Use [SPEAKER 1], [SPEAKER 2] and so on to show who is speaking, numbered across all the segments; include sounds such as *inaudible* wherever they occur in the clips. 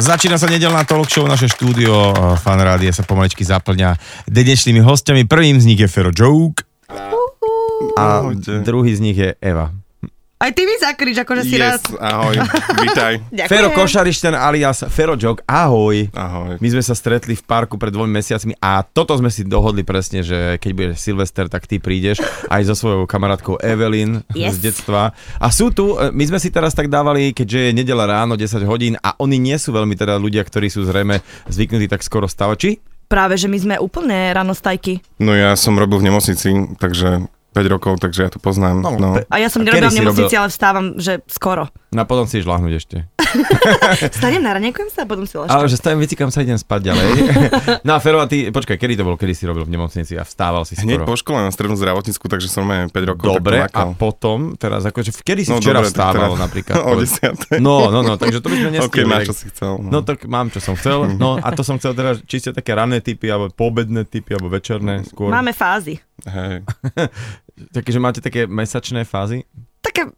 [SPEAKER 1] Začína sa nedelná talk show, naše štúdio eh, Fan Rádia sa pomaličky zaplňa dnešnými hostiami. Prvým z nich je Fero Joke.
[SPEAKER 2] A
[SPEAKER 1] Ahojte.
[SPEAKER 2] druhý z nich je Eva.
[SPEAKER 3] Aj ty mi zakrič, akože si raz...
[SPEAKER 4] yes,
[SPEAKER 3] *laughs*
[SPEAKER 4] ahoj, vítaj.
[SPEAKER 3] Ďakujem.
[SPEAKER 2] Fero Košarišťan alias Fero Jog, ahoj.
[SPEAKER 4] Ahoj.
[SPEAKER 2] My sme sa stretli v parku pred dvomi mesiacmi a toto sme si dohodli presne, že keď bude Silvester, tak ty prídeš aj so svojou kamarátkou Evelyn
[SPEAKER 3] Yes.
[SPEAKER 2] z detstva. A sú tu, e, my sme si teraz tak dávali, keďže je nedela ráno 10 hodín a oni nie sú veľmi teda ľudia, ktorí sú zrejme zvyknutí tak skoro stavať. Či?
[SPEAKER 3] Práve, že my sme úplne ranostajky.
[SPEAKER 4] No ja som robil v nemocnici, takže 5 rokov, takže ja to poznám. No, no.
[SPEAKER 3] A ja
[SPEAKER 2] A
[SPEAKER 3] som nerobila
[SPEAKER 2] kedy
[SPEAKER 3] v
[SPEAKER 2] si
[SPEAKER 3] nemocnici,
[SPEAKER 2] robil?
[SPEAKER 3] ale vstávam, že skoro.
[SPEAKER 2] No a potom si žláhnuť ešte.
[SPEAKER 3] Stanem na ranekujem sa a potom si ležím.
[SPEAKER 2] Ale že stavím veci, kam sa idem spať *laughs* ďalej. no a Fero, a ty, počkaj, kedy to bolo, kedy si robil v nemocnici a vstával si
[SPEAKER 4] Hneď
[SPEAKER 2] skoro?
[SPEAKER 4] po škole na strednú zdravotnícku, takže som aj 5 rokov
[SPEAKER 2] Dobre,
[SPEAKER 4] takto
[SPEAKER 2] a
[SPEAKER 4] makal.
[SPEAKER 2] potom, teraz akože, v- kedy si
[SPEAKER 4] No
[SPEAKER 2] včera
[SPEAKER 4] dobre, tak
[SPEAKER 2] vstával
[SPEAKER 4] teraz-
[SPEAKER 2] napríklad?
[SPEAKER 4] *laughs* o
[SPEAKER 2] povedz.
[SPEAKER 4] 10.
[SPEAKER 2] No, no, no, takže to by sme
[SPEAKER 4] *laughs* OK,
[SPEAKER 2] nestihli.
[SPEAKER 4] máš,
[SPEAKER 2] tak-
[SPEAKER 4] čo si chcel.
[SPEAKER 2] No tak mám, čo som chcel. No a to som chcel teda, či ste také ranné typy, alebo poobedné typy, alebo večerné skôr.
[SPEAKER 3] Máme fázy.
[SPEAKER 4] Hej.
[SPEAKER 2] Takže máte také mesačné fázy?
[SPEAKER 3] Také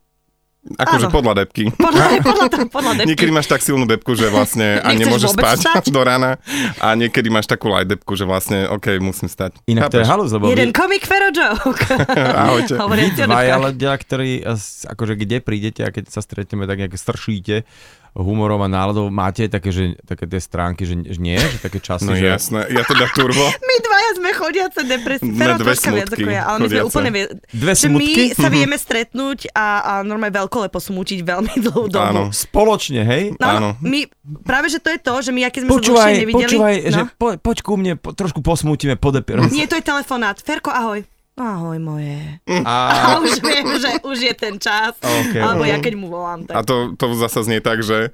[SPEAKER 3] Áno.
[SPEAKER 4] Akože podľa depky.
[SPEAKER 3] podľa, podľa, toho, podľa depky.
[SPEAKER 4] Niekedy máš tak silnú depku, že vlastne a
[SPEAKER 3] Nechceš
[SPEAKER 4] nemôžeš
[SPEAKER 3] vôbec
[SPEAKER 4] spať
[SPEAKER 3] vstať?
[SPEAKER 4] do rána a niekedy máš takú light depku, že vlastne OK, musím stať.
[SPEAKER 2] Inak to je
[SPEAKER 4] Chápeš?
[SPEAKER 2] halus, lebo
[SPEAKER 3] Jeden
[SPEAKER 2] vy,
[SPEAKER 3] komik Fero joke.
[SPEAKER 4] Ahojte.
[SPEAKER 3] Hovorí o
[SPEAKER 2] dvaja
[SPEAKER 3] ale...
[SPEAKER 2] ľudia, ktorí eh, s- akože kde prídete a keď sa stretneme, tak nejak stršíte humorom a náladou. Máte také, že, také tie stránky, že, že nie? Že také časy,
[SPEAKER 4] No
[SPEAKER 2] že...
[SPEAKER 4] jasné, ja teda
[SPEAKER 2] *laughs*
[SPEAKER 4] turbo.
[SPEAKER 3] My dvaja sme chodiace depresie.
[SPEAKER 4] Sme
[SPEAKER 3] Fero
[SPEAKER 4] dve
[SPEAKER 3] troška viac
[SPEAKER 4] smutky
[SPEAKER 3] ako ja, ale my sme
[SPEAKER 4] chodiace.
[SPEAKER 3] úplne... Vie...
[SPEAKER 2] Dve
[SPEAKER 3] Že my
[SPEAKER 2] smutky?
[SPEAKER 3] sa vieme stretnúť a, a normálne veľkolepo smútiť veľmi dlhú dobu.
[SPEAKER 4] Áno.
[SPEAKER 2] Spoločne, hej?
[SPEAKER 3] No,
[SPEAKER 4] Áno.
[SPEAKER 3] my, práve, že to je to, že my, aké sme sa dlhšie
[SPEAKER 2] Počúvaj,
[SPEAKER 3] nevideli.
[SPEAKER 2] počúvaj,
[SPEAKER 3] no.
[SPEAKER 2] že po, poď ku mne, po, trošku posmútime, podepierame sa.
[SPEAKER 3] Nie, to je telefonát. Ferko, ahoj. Ahoj moje.
[SPEAKER 2] A
[SPEAKER 3] A už viem, že už je ten *laughs* čas.
[SPEAKER 2] Ok.
[SPEAKER 3] Alebo ja keď mu volám,
[SPEAKER 4] A
[SPEAKER 3] tak...
[SPEAKER 4] to, to zasa znie tak, že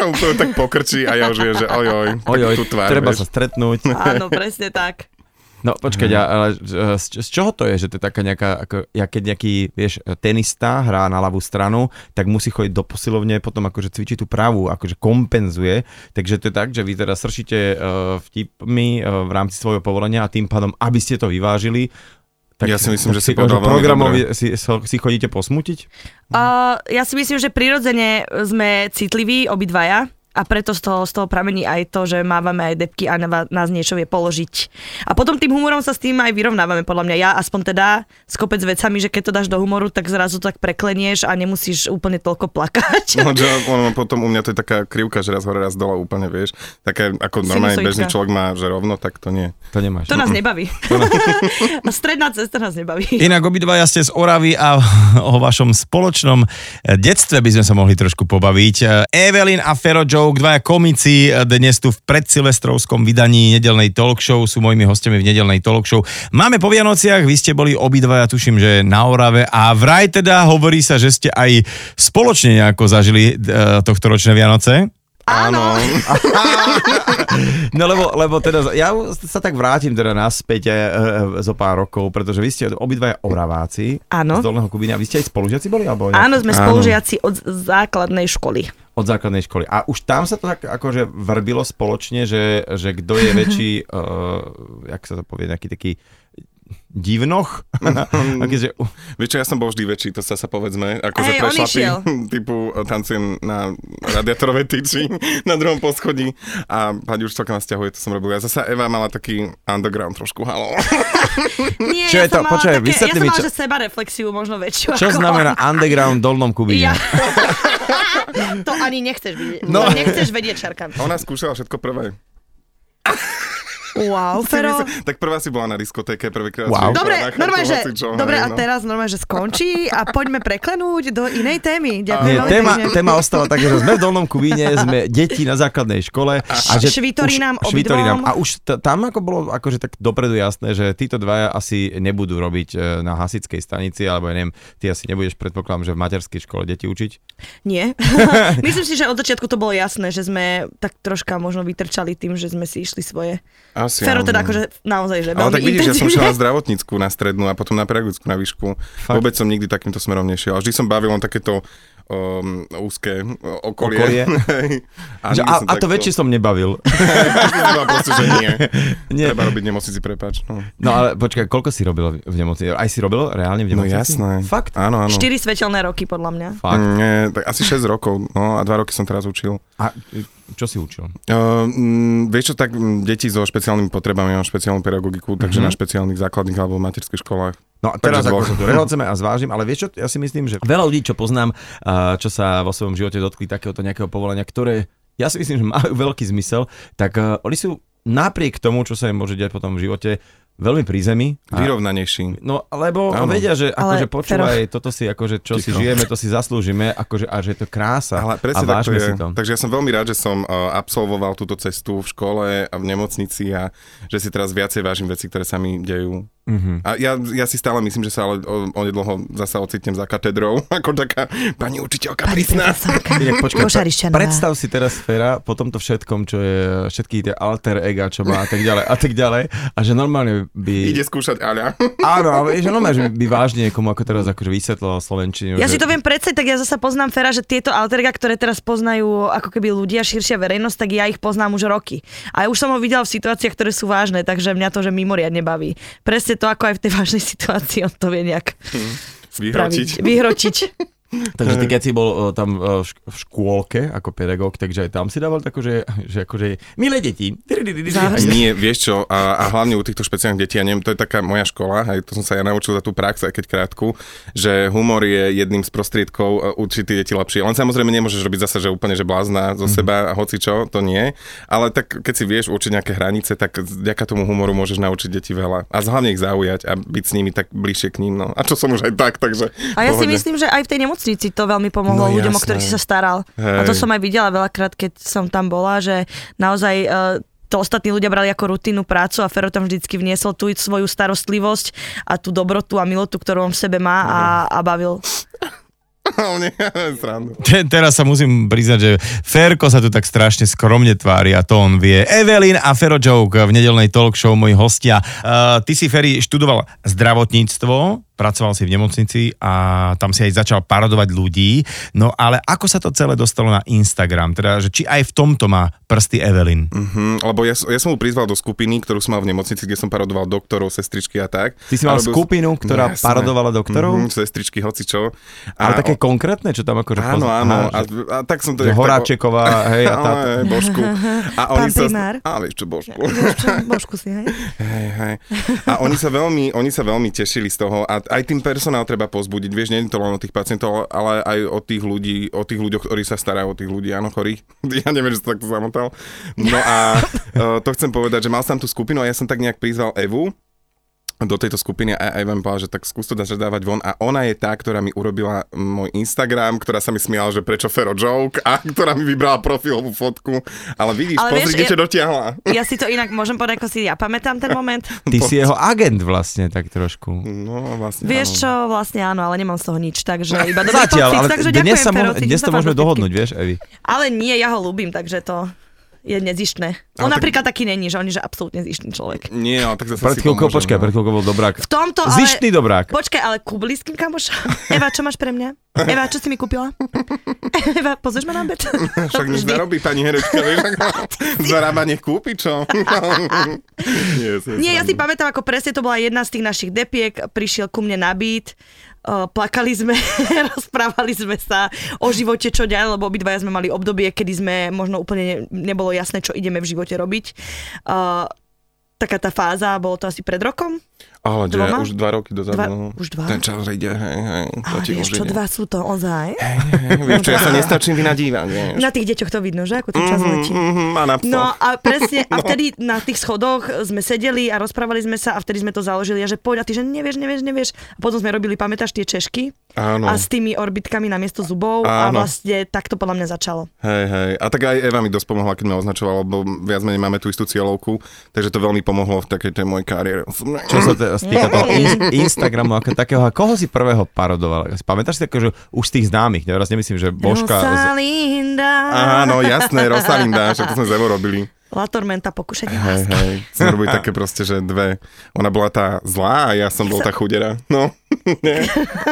[SPEAKER 4] a úplne tak pokrčí a ja už viem, že ojoj,
[SPEAKER 2] ojoj,
[SPEAKER 4] tú tvár,
[SPEAKER 2] treba
[SPEAKER 4] vieš.
[SPEAKER 2] sa stretnúť.
[SPEAKER 4] *laughs*
[SPEAKER 3] Áno, presne tak.
[SPEAKER 2] No počkaj,
[SPEAKER 4] Mhm.
[SPEAKER 2] ja, ale e, z, z čoho to je, že to je taká nejaká, ako, ja keď nejaký, vieš, tenista hrá na ľavú stranu, tak musí chodiť do posilovne, potom akože cvičí tú pravú, akože kompenzuje. Takže to je tak, že vy teda sršíte e, vtipmi e, v rámci svojho povolenia a tým pádom, aby ste to vyvážili,
[SPEAKER 4] Ja si myslím, že si
[SPEAKER 2] akože
[SPEAKER 4] povedal veľmi
[SPEAKER 2] programovi si, si chodíte posmútiť?
[SPEAKER 3] Uh, ja si myslím, že prirodzene sme citliví obidvaja a preto z toho, z toho pramení aj to, že mávame aj depky a na, va- nás niečo vie položiť. A potom tým humorom sa s tým aj vyrovnávame, podľa mňa. Ja aspoň teda s kopec vecami, že keď to dáš do humoru, tak zrazu to tak preklenieš a nemusíš úplne toľko plakať. *laughs*
[SPEAKER 4] No, že ono, potom u mňa to je taká krivka, že raz hore, raz dole úplne, vieš. Také ako normálny
[SPEAKER 3] Sinusoidka.
[SPEAKER 4] bežný človek má, že rovno, tak to nie.
[SPEAKER 2] To nemáš. No,
[SPEAKER 3] *laughs* To nás nebaví. *laughs* Stredná cesta nás nebaví.
[SPEAKER 1] Inak obidvaja ste z Oravy a *laughs* o vašom spoločnom eh, detstve by sme sa mohli trošku pobaviť. Eh, Evelyn a Fero Joke, dvaja komici, eh, dnes tu v predsilvestrovskom vydaní nedelnej talk show, sú mojimi hostiami v nedelnej talk show. Máme po Vianociach, vy ste boli obidvaja, tuším, že na Orave a vraj teda hovorí sa, že ste aj spoločne nejako zažili e, tohto ročné Vianoce.
[SPEAKER 3] Áno.
[SPEAKER 2] *laughs* No lebo, lebo teda, ja sa tak vrátim teda naspäť e, e, zo pár rokov, pretože vy ste obidvaja oraváci
[SPEAKER 3] Áno.
[SPEAKER 2] z Dolného Kubíňa. Vy ste aj spolužiaci boli? Alebo nie?
[SPEAKER 3] Áno, sme spolužiaci od základnej školy.
[SPEAKER 2] Od základnej školy. A už tam sa to tak akože vrbilo spoločne, že, že kto je väčší,
[SPEAKER 3] *laughs*
[SPEAKER 2] uh, jak sa to povie, nejaký taký
[SPEAKER 3] *laughs*
[SPEAKER 2] divnoch? *laughs* Taký, že,
[SPEAKER 4] Vieš čo, ja som bol vždy väčší, to sa sa povedzme, akože
[SPEAKER 3] Hej, on
[SPEAKER 4] prešla tý,
[SPEAKER 3] išiel.
[SPEAKER 4] *laughs* typu e, tancujem na radiatorovej tyči na druhom poschodí a pani už celkom stiahuje, to som robil. Ja zasa Eva mala taký underground trošku, halo. *laughs*
[SPEAKER 3] Nie,
[SPEAKER 2] Hm, Čo
[SPEAKER 3] ja
[SPEAKER 2] je to?
[SPEAKER 3] som mala
[SPEAKER 2] Počkaj,
[SPEAKER 3] také, ja
[SPEAKER 2] vysvetli
[SPEAKER 3] som
[SPEAKER 2] mi,
[SPEAKER 3] mala,
[SPEAKER 2] čo-
[SPEAKER 3] že seba reflexiu možno väčšiu
[SPEAKER 2] čo
[SPEAKER 3] ako
[SPEAKER 2] znamená underground v Dolnom Kubíne?
[SPEAKER 3] Ja. *laughs* to ani nechceš vidieť.
[SPEAKER 2] No.
[SPEAKER 3] No. Nechceš vedieť šarkan.
[SPEAKER 4] Ona skúšala všetko prvé.
[SPEAKER 3] Wow,
[SPEAKER 4] Si
[SPEAKER 3] Fero.
[SPEAKER 4] mysl- Tak prvá si bola na diskotéke, prvýkrát.
[SPEAKER 2] Wow.
[SPEAKER 4] si išla
[SPEAKER 3] Dobre,
[SPEAKER 4] na chartu,
[SPEAKER 3] normálne, že,
[SPEAKER 4] hocičo, hej,
[SPEAKER 3] dobre a
[SPEAKER 4] no.
[SPEAKER 3] teraz normálne, že skončí a poďme preklenúť do inej témy. Ďakujem
[SPEAKER 2] Nie,
[SPEAKER 3] veľmi
[SPEAKER 2] téma,
[SPEAKER 3] pekne.
[SPEAKER 2] téma ostala tak, že sme v Dolnom Kubíne, sme deti na základnej škole. A že
[SPEAKER 3] švitorí nám obidvom.
[SPEAKER 2] švitorí A už t- tam ako bolo akože tak dopredu jasné, že títo dvaja asi nebudú robiť e, na hasickej stanici, alebo ja neviem, ty asi nebudeš predpokladám, že v materskej škole deti učiť. *laughs*
[SPEAKER 3] Nie. Myslím si, že od začiatku to bolo jasné, že sme tak troška možno vytrčali tým, že sme si išli svoje.
[SPEAKER 4] Asi
[SPEAKER 3] Fero
[SPEAKER 4] áno.
[SPEAKER 3] teda akože naozaj, že
[SPEAKER 4] Ale
[SPEAKER 3] veľmi
[SPEAKER 4] tak vidíš, ja som šiel
[SPEAKER 3] intenzívne.
[SPEAKER 4] na zdravotnícku na strednú a potom na pedagogickú na výšku. Fakt. Vôbec som nikdy takýmto smerom nešiel. A Vždy som bavil len takéto um, úzke
[SPEAKER 2] Okolie.
[SPEAKER 4] okolie. *laughs* Hej.
[SPEAKER 2] Že,
[SPEAKER 4] nikdy
[SPEAKER 2] a,
[SPEAKER 4] som
[SPEAKER 2] a to
[SPEAKER 4] takto- *laughs*
[SPEAKER 2] väčšie som nebavil. *laughs*
[SPEAKER 4] Iba proste, že *laughs* nie.
[SPEAKER 2] Nie.
[SPEAKER 4] Treba robiť nemocnici, prepáč. No,
[SPEAKER 2] No ale počkaj, koľko si robil v- v nemocnici? Aj si robil reálne v
[SPEAKER 4] no
[SPEAKER 2] nemocnici?
[SPEAKER 4] jasné.
[SPEAKER 2] Fakt?
[SPEAKER 4] Áno, áno.
[SPEAKER 3] 4 svetelné roky podľa mňa.
[SPEAKER 2] Fakt.
[SPEAKER 4] Mm, Nie, tak asi 6 rokov, no a 2 roky som teraz učil.
[SPEAKER 2] A čo si učil?
[SPEAKER 4] Uh, mm, vieš čo, tak mm, deti so špeciálnymi potrebami, mám špeciálnu pedagogiku,
[SPEAKER 2] Mhm.
[SPEAKER 4] takže na špeciálnych základných alebo materských školách.
[SPEAKER 2] No a teraz
[SPEAKER 4] Takže
[SPEAKER 2] ako
[SPEAKER 4] dvoch.
[SPEAKER 2] sa tu reholceme a zvážim, ale vieš čo, ja si myslím, že veľa ľudí, čo poznám, a čo sa vo svojom živote dotkli takéhoto nejakého povolania, ktoré ja si myslím, že majú veľký zmysel, tak uh, oni sú napriek tomu, čo sa im môže diať potom v živote, veľmi pri zemi. A,
[SPEAKER 4] Vyrovnanejší.
[SPEAKER 2] no, lebo
[SPEAKER 4] Áno.
[SPEAKER 2] vedia, že
[SPEAKER 3] Ale
[SPEAKER 2] akože počúvaj, toto si akože, čo si
[SPEAKER 4] Ticho.
[SPEAKER 2] žijeme, to si zaslúžime, akože, a že je to krása.
[SPEAKER 4] Ale
[SPEAKER 2] a
[SPEAKER 4] presne tak to
[SPEAKER 2] vážme
[SPEAKER 4] je.
[SPEAKER 2] si to.
[SPEAKER 4] Takže ja som veľmi rád, že som uh, absolvoval túto cestu v škole a v nemocnici a že si teraz viacej vážim veci, ktoré sa mi dejú.
[SPEAKER 2] Mhm.
[SPEAKER 4] A ja, ja si stále myslím, že sa ale o- onedlho zasa ocitnem za katedrou, *laughs* ako taká pani učiteľka prísna.
[SPEAKER 2] Inak počkaj,
[SPEAKER 3] Košarišťanová.
[SPEAKER 2] predstav si teraz Fera po tomto všetkom, čo je všetky tie alter ega, čo má a tak ďalej a tak ďalej a že normálne by...
[SPEAKER 4] Ide skúšať Aľa. *laughs*
[SPEAKER 2] Áno, ale že normálne, že by vážne niekomu ako teraz akože vysvetloval Slovenčinu.
[SPEAKER 3] Ja
[SPEAKER 2] že...
[SPEAKER 3] si to viem predstaviť, tak ja zasa poznám Fera, že tieto alterga, ktoré teraz poznajú ako keby ľudia, širšia verejnosť, tak ja ich poznám už roky. A ja už som ho videl v situáciách, ktoré sú vážne, takže mňa to, že mimoriadne baví. Presne to, ako aj v tej vážnej *laughs* situácii on to vie nejak
[SPEAKER 4] Hm. Vyhročiť.
[SPEAKER 3] spraviť. Vyhročiť.
[SPEAKER 2] Takže ty, keď si bol o, tam o, v šk- v škôlke ako pedagóg, takže aj tam si dával takú, že, že akože milé deti.
[SPEAKER 3] Závisí.
[SPEAKER 4] Nie, vieš čo, a, a hlavne u týchto špeciálnych detí, ja neviem, to je taká moja škola, aj to som sa ja naučil za tú prax, aj keď krátku, že humor je jedným z prostriedkov e, učiť tie deti lepšie. Len samozrejme nemôžeš robiť zase, že úplne že blázna
[SPEAKER 3] Mhm.
[SPEAKER 4] zo seba a hoci čo, to nie. Ale tak keď si vieš určiť nejaké hranice, tak vďaka tomu humoru môžeš naučiť deti veľa. A hlavne ich zaujať a byť s nimi tak bližšie k ním. No. A čo som už aj tak, takže...
[SPEAKER 3] A ja si
[SPEAKER 4] *laughs* pohode.
[SPEAKER 3] myslím, že aj v tej nemocnici to veľmi pomohlo
[SPEAKER 4] No
[SPEAKER 3] ľuďom, o
[SPEAKER 4] jasné.
[SPEAKER 3] ktorých si sa staral. A to
[SPEAKER 4] Hej.
[SPEAKER 3] som aj videla veľakrát, keď som tam bola, že naozaj eh, to ostatní ľudia brali ako rutinu prácu a Fero tam vždycky vniesol tú svoju starostlivosť a tú dobrotu a milotu, ktorú on v sebe má a, a bavil.
[SPEAKER 4] Ale nie, srandu.
[SPEAKER 1] Te, teraz sa musím priznať, že Ferko sa tu tak strašne skromne tvári a to on vie. Evelyn a Fero Joke v nedelnej talk show moji hostia. Uh, ty si, Ferry, študoval zdravotníctvo, pracoval si v nemocnici a tam si aj začal parodovať ľudí. No ale ako sa to celé dostalo na Instagram? Teda, že či aj v tomto má prsty Evelyn?
[SPEAKER 4] Mm, lebo ja, ja som ju prizval do skupiny, ktorú som mal v nemocnici, kde som parodoval doktorov, sestričky a tak.
[SPEAKER 2] Ty si mal
[SPEAKER 4] A robil- No,
[SPEAKER 2] skupinu, ktorá
[SPEAKER 4] Jasné.
[SPEAKER 2] parodovala doktorov?
[SPEAKER 4] Mhm, sestričky, hoci čo.
[SPEAKER 2] Ale také konkrétne, čo tam akože
[SPEAKER 4] Áno,
[SPEAKER 2] pozna-
[SPEAKER 4] áno.
[SPEAKER 2] Aha,
[SPEAKER 4] A,
[SPEAKER 2] že-
[SPEAKER 4] a tak som to...
[SPEAKER 2] že
[SPEAKER 4] jak tak-
[SPEAKER 2] Horáčeková,
[SPEAKER 4] *laughs*
[SPEAKER 2] hej, a táto.
[SPEAKER 4] Ale, božku. A
[SPEAKER 3] Pán primár.
[SPEAKER 4] Sa, a vieš čo, božku.
[SPEAKER 3] *laughs* Božku si, hej?
[SPEAKER 4] Hej, hej. A oni sa, veľmi, oni sa veľmi tešili z toho a aj tým personál treba pozbudiť. Vieš, nie je to len o tých pacientov, ale aj o tých ľudí, o tých ľuďoch, ktorí sa starajú o tých ľudí, áno, chorých. *laughs* Ja neviem, že sa takto zamotal. No a e, to chcem povedať, že mal som tam tú skupinu a ja som tak nejak prizval Evu, do tejto skupiny a aj vám povedala, že tak skús to dať dávať von a ona je tá, ktorá mi urobila môj Instagram, ktorá sa mi smiala, že prečo Fero joke a ktorá mi vybrala profilovú fotku. Ale
[SPEAKER 3] Ale
[SPEAKER 4] vidíš, ale
[SPEAKER 3] vieš,
[SPEAKER 4] pozri, kde
[SPEAKER 3] ja-
[SPEAKER 4] ťa dotiahla.
[SPEAKER 3] Ja si to inak môžem povedať, ako si ja pamätám ten moment.
[SPEAKER 2] Ty si jeho agent vlastne tak trošku.
[SPEAKER 4] No vlastne. áno.
[SPEAKER 3] Vieš čo, vlastne áno, ale nemám z toho nič,
[SPEAKER 2] *laughs*
[SPEAKER 3] takže iba dobrý
[SPEAKER 2] Zatiaľ,
[SPEAKER 3] pocit,
[SPEAKER 2] ale
[SPEAKER 3] takže
[SPEAKER 2] dnes,
[SPEAKER 3] ďakujem,
[SPEAKER 2] sa
[SPEAKER 3] Fero,
[SPEAKER 2] môžeme,
[SPEAKER 3] cítim
[SPEAKER 2] dnes
[SPEAKER 3] sa
[SPEAKER 2] sa môžeme
[SPEAKER 3] fantasticky.
[SPEAKER 2] dohodnúť, vieš, Evi.
[SPEAKER 3] Ale nie, ja ho ľúbim, takže to je nezištné. On
[SPEAKER 4] Ale tak-
[SPEAKER 3] napríklad taký není, že on je že absolútne zištný človek.
[SPEAKER 4] Nie, ale tak zase
[SPEAKER 2] Pred
[SPEAKER 4] si
[SPEAKER 2] chvíľkou,
[SPEAKER 4] pomôžem,
[SPEAKER 2] počkaj,
[SPEAKER 4] no.
[SPEAKER 2] pred chvíľkou bol dobrák.
[SPEAKER 3] V tomto ale...
[SPEAKER 2] Zištný dobrák.
[SPEAKER 3] Počkaj, ale ku blízkym
[SPEAKER 4] *laughs*
[SPEAKER 3] kamošom. Eva, čo máš pre mňa? Eva, čo si mi kúpila? Eva, pozrieš ma na bet?
[SPEAKER 4] Však nič
[SPEAKER 3] Vždy.
[SPEAKER 4] zarobí pani herečka, vieš, ako zarába nech kúpi, čo? Nie, to je
[SPEAKER 3] Nie, ja si
[SPEAKER 4] sranda.
[SPEAKER 3] pamätám, ako presne to bola jedna z tých našich depiek, prišiel ku mne na byt, eh, plakali sme, *laughs* rozprávali sme sa o živote, čo ďalej, lebo obidvaja sme mali obdobie, kedy sme možno úplne ne- nebolo jasné, čo ideme v živote robiť. Eh, Taká tá fáza, bolo to asi pred rokom?
[SPEAKER 4] Ale kde,
[SPEAKER 3] Dvoma?
[SPEAKER 4] už dva roky dozadu.
[SPEAKER 3] Dva-
[SPEAKER 4] no.
[SPEAKER 3] už dva?
[SPEAKER 4] Ten čas ide, hej, hej. to
[SPEAKER 3] A
[SPEAKER 4] ti
[SPEAKER 3] vieš,
[SPEAKER 4] už
[SPEAKER 3] čo
[SPEAKER 4] ide.
[SPEAKER 3] dva sú to ozaj?
[SPEAKER 4] Hej, hej, *laughs* Vieš čo, ja sa nestačím vynadívať, vieš.
[SPEAKER 3] Na tých deťoch to vidno, že? Ako ten No, čas
[SPEAKER 4] Mhm,
[SPEAKER 3] letí.
[SPEAKER 4] mhm, a na
[SPEAKER 3] No
[SPEAKER 4] psoch.
[SPEAKER 3] a presne, a vtedy na tých schodoch sme sedeli a rozprávali sme sa a vtedy sme to založili a že poď a ty, že nevieš, nevieš, nevieš. A potom sme robili, pamätáš tie češky?
[SPEAKER 4] Áno.
[SPEAKER 3] A s tými orbitkami na miesto zubov a
[SPEAKER 4] Áno.
[SPEAKER 3] vlastne takto podľa mňa začalo.
[SPEAKER 4] Hej, hej. A tak aj Eva mi dosť pomohla, keď ma označovala, lebo viac menej máme tú istú cieľovku, takže to veľmi pomohlo v takej tej mojej kariére.
[SPEAKER 2] Čo sa teraz týka toho in- Instagramu ako takého, a koho si prvého parodoval? Pamätáš si takého, že už z tých známych, ne? Teraz nemyslím, že Božka... Z...
[SPEAKER 3] Rosalinda.
[SPEAKER 4] Áno, jasné, Rosalinda, však to sme s Evou robili.
[SPEAKER 3] La Tormenta, pokúšanie lásky.
[SPEAKER 4] Hej, hej, sme robili také proste, že dve. Ona bola tá zlá a ja som bol tá chudera. No, *laughs*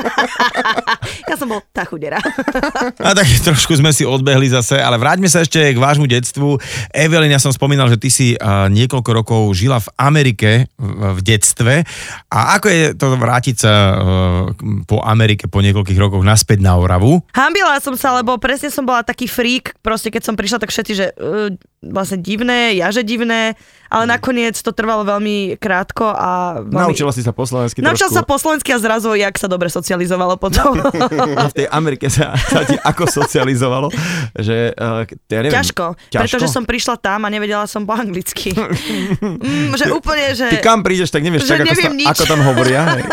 [SPEAKER 3] Ja som bol tá chudera. *laughs*
[SPEAKER 1] A tak *laughs* trošku sme si odbehli zase, ale vráťme sa ešte k vášmu detstvu. Evelyn, ja som spomínal, že ty si a, niekoľko rokov žila v Amerike v, v detstve. A ako je to vrátiť sa e, k- po Amerike po niekoľkých rokoch naspäť na Oravu?
[SPEAKER 3] Hambila som sa, lebo presne som bola taký freak, proste keď som prišla, tak všetci, že uh, vlastne divné, jaže divné, ale nakoniec to trvalo veľmi krátko a... Veľmi...
[SPEAKER 2] Naučila si sa po slovensky
[SPEAKER 3] Naučila
[SPEAKER 2] trošku.
[SPEAKER 3] sa po slovensky a zrazu, jak sa dobre socializovalo
[SPEAKER 2] *laughs*
[SPEAKER 3] potom.
[SPEAKER 2] a v tej Amerike sa, sa ti ako socializovalo, že uh, ja neviem,
[SPEAKER 3] ťažko, ťažko, pretože som prišla tam a nevedela som po anglicky. mm, že úplne, že...
[SPEAKER 2] Ty kam prídeš, tak nevieš,
[SPEAKER 3] že
[SPEAKER 2] tak, ako,
[SPEAKER 3] neviem nič.
[SPEAKER 2] sa, ako tam hovoria. hej.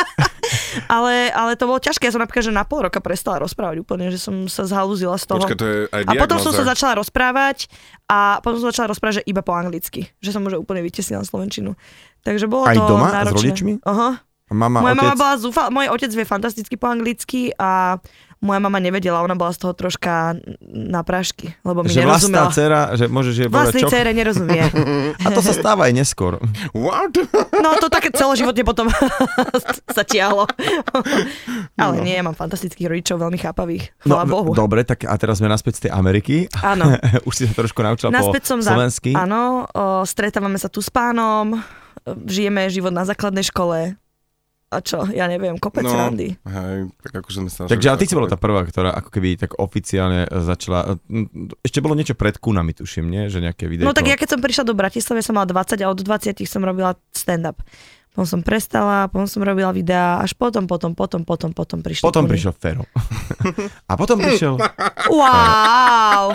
[SPEAKER 3] Ale, ale to bolo ťažké, ja som napríklad, že na pol roka prestala rozprávať úplne, že som sa zhalúzila z toho.
[SPEAKER 4] Počkaj, to je aj
[SPEAKER 3] a potom som sa
[SPEAKER 4] diagnóza.
[SPEAKER 3] začala rozprávať a potom som začala rozprávať, že iba po anglicky, že som už úplne vytesnila Slovenčinu. Takže bolo
[SPEAKER 2] Aj
[SPEAKER 3] to
[SPEAKER 2] doma? S
[SPEAKER 3] náročné.
[SPEAKER 2] rodičmi?
[SPEAKER 3] Aha.
[SPEAKER 2] Mama,
[SPEAKER 3] Moja
[SPEAKER 2] otec.
[SPEAKER 3] mama bola zúfala, môj otec vie fantasticky po anglicky a moja mama nevedela, ona bola z toho troška na prášky, lebo *laughs* mi
[SPEAKER 2] že vlastná
[SPEAKER 3] nerozumela.
[SPEAKER 2] dcera, že môžeš jej povedať
[SPEAKER 3] Vlastnej
[SPEAKER 2] čo.
[SPEAKER 3] cére nerozumie.
[SPEAKER 2] A to sa stáva aj neskôr.
[SPEAKER 4] What?
[SPEAKER 3] No to také celoživotne potom *laughs* sa
[SPEAKER 2] *laughs*
[SPEAKER 3] tiahlo. Ale nie, ja mám fantastických rodičov, veľmi chápavých. Chvala
[SPEAKER 2] No, v-
[SPEAKER 3] Bohu.
[SPEAKER 2] Dobre, tak a teraz sme naspäť z tej Ameriky. *laughs*
[SPEAKER 3] Áno.
[SPEAKER 2] Už si sa trošku naučila
[SPEAKER 3] Naspäť
[SPEAKER 2] po
[SPEAKER 3] som za...
[SPEAKER 2] slovensky.
[SPEAKER 3] Áno, o, stretávame sa tu s pánom, žijeme život na základnej škole. A čo, ja neviem, kopec no. randy.
[SPEAKER 4] hej, tak akože sme sa...
[SPEAKER 2] Takže ale ty si bola tá prvá, ktorá ako keby tak oficiálne e, začala, e, m, ešte bolo niečo pred kunami, tuším, nie? Že nejaké videjko.
[SPEAKER 3] No tak ja keď som prišla do Bratislavy, som mala 20 a od 20 som robila stand-up. Potom som prestala, potom som robila videá, až potom, potom, potom, potom, potom prišli.
[SPEAKER 2] Potom
[SPEAKER 3] kuny.
[SPEAKER 2] prišiel Fero. *laughs* A potom prišiel...
[SPEAKER 3] Wow!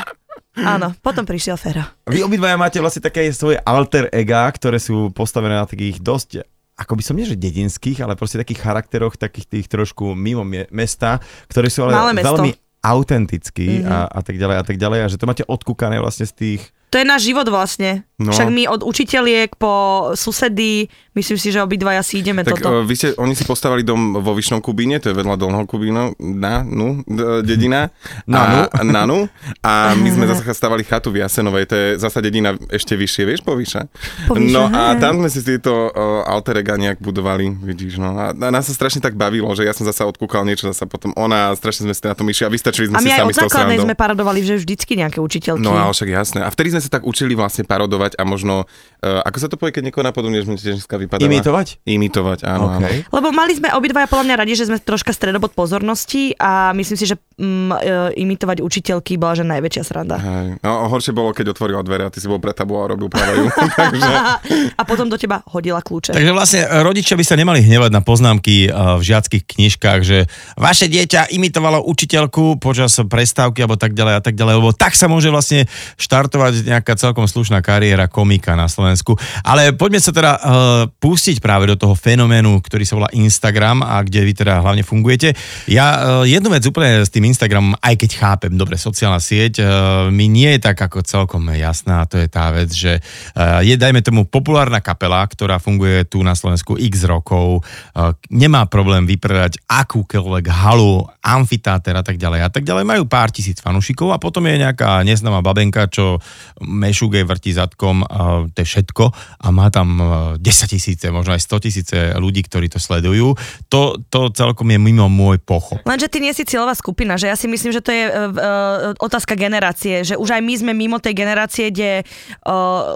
[SPEAKER 3] Áno, potom prišiel Fero.
[SPEAKER 2] Vy obidvaja máte vlastne také svoje alter ega, ktoré sú postavené na takých dosť ako by som nie, že dedinských, ale proste takých charakteroch, takých tých trošku mimo mie- mesta, ktoré sú ale
[SPEAKER 3] Malé mesto. Mhm.
[SPEAKER 2] veľmi autentickí mm-hmm. a, a tak ďalej a tak ďalej a že to máte odkúkané vlastne z tých...
[SPEAKER 3] To je náš život vlastne.
[SPEAKER 4] No.
[SPEAKER 3] No. Však my od učiteľiek po susedy, myslím si, že obidvaja si ideme
[SPEAKER 4] Tak
[SPEAKER 3] toto.
[SPEAKER 4] e, vy ste, oni si postavili dom vo Vyšnom Kubíne, to je vedľa Dolného Kubína, na, nu, d- dedina.
[SPEAKER 2] Na,
[SPEAKER 4] a, *laughs* na, nu. A my
[SPEAKER 3] *laughs*
[SPEAKER 4] sme zase stavali chatu v Jasenovej, to je zasa dedina ešte vyššie, vieš, povyša.
[SPEAKER 3] Povyše,
[SPEAKER 4] No a
[SPEAKER 3] hej.
[SPEAKER 4] tam sme si tieto uh, alter ega nejak budovali, vidíš, no. A, a nás sa strašne tak bavilo, že ja som zasa odkúkal niečo, zasa potom ona, a strašne sme si na tom išli a vystačili
[SPEAKER 3] A
[SPEAKER 4] sme
[SPEAKER 3] my
[SPEAKER 4] si
[SPEAKER 3] aj od
[SPEAKER 4] sami s tou
[SPEAKER 3] základnej
[SPEAKER 4] srandou.
[SPEAKER 3] sme paradovali, že vždycky nejaké učiteľky.
[SPEAKER 4] No ale však jasné. A vtedy sme sa tak učili vlastne parodovať a možno, uh, ako sa to povie, keď niekoho napodobne, že mu ženská vypadala?
[SPEAKER 2] Imitovať?
[SPEAKER 4] Imitovať, áno. áno.
[SPEAKER 2] Okay.
[SPEAKER 3] Lebo mali sme obidvaja podľa mňa radi, že sme troška stredobod pozornosti a myslím si, že mm, e, imitovať učiteľky bola že najväčšia sranda.
[SPEAKER 4] Hej. No, horšie bolo, keď otvorila dvere a ty si bol pre tabu a robil práve ju. *laughs* Takže
[SPEAKER 3] *laughs* A potom do teba hodila kľúče.
[SPEAKER 1] Takže vlastne e, rodičia by sa nemali hnevať na poznámky e, v žiackých knižkách, že vaše dieťa imitovalo učiteľku počas prestávky alebo tak ďalej a tak ďalej, lebo tak sa môže vlastne štartovať nejaká celkom slušná kariéra komika na Slovensku. Ale poďme sa teda e, pustiť práve do toho fenoménu, ktorý sa volá Instagram a kde vy teda hlavne fungujete. Ja e, jednu vec úplne s tým Instagramom, aj keď chápem, dobre, sociálna sieť e, mi nie je tak ako celkom jasná, to je tá vec, že e, je, dajme tomu, populárna kapela, ktorá funguje tu na Slovensku x rokov, e, nemá problém vypredať akúkoľvek halu, amfitáter a tak ďalej a tak ďalej, majú pár tisíc fanúšikov a potom je nejaká neznáma babenka, čo mešuge vrti zadkom, e, to je všetko a má tam e, 10 tisíce, možno aj 100 tisíce ľudí, ktorí to sledujú. To, to celkom je mimo môj pochop.
[SPEAKER 3] Lenže ty nie si cieľová skupina, že ja si myslím, že to je e, e, otázka generácie, že už aj my sme mimo tej generácie, kde e,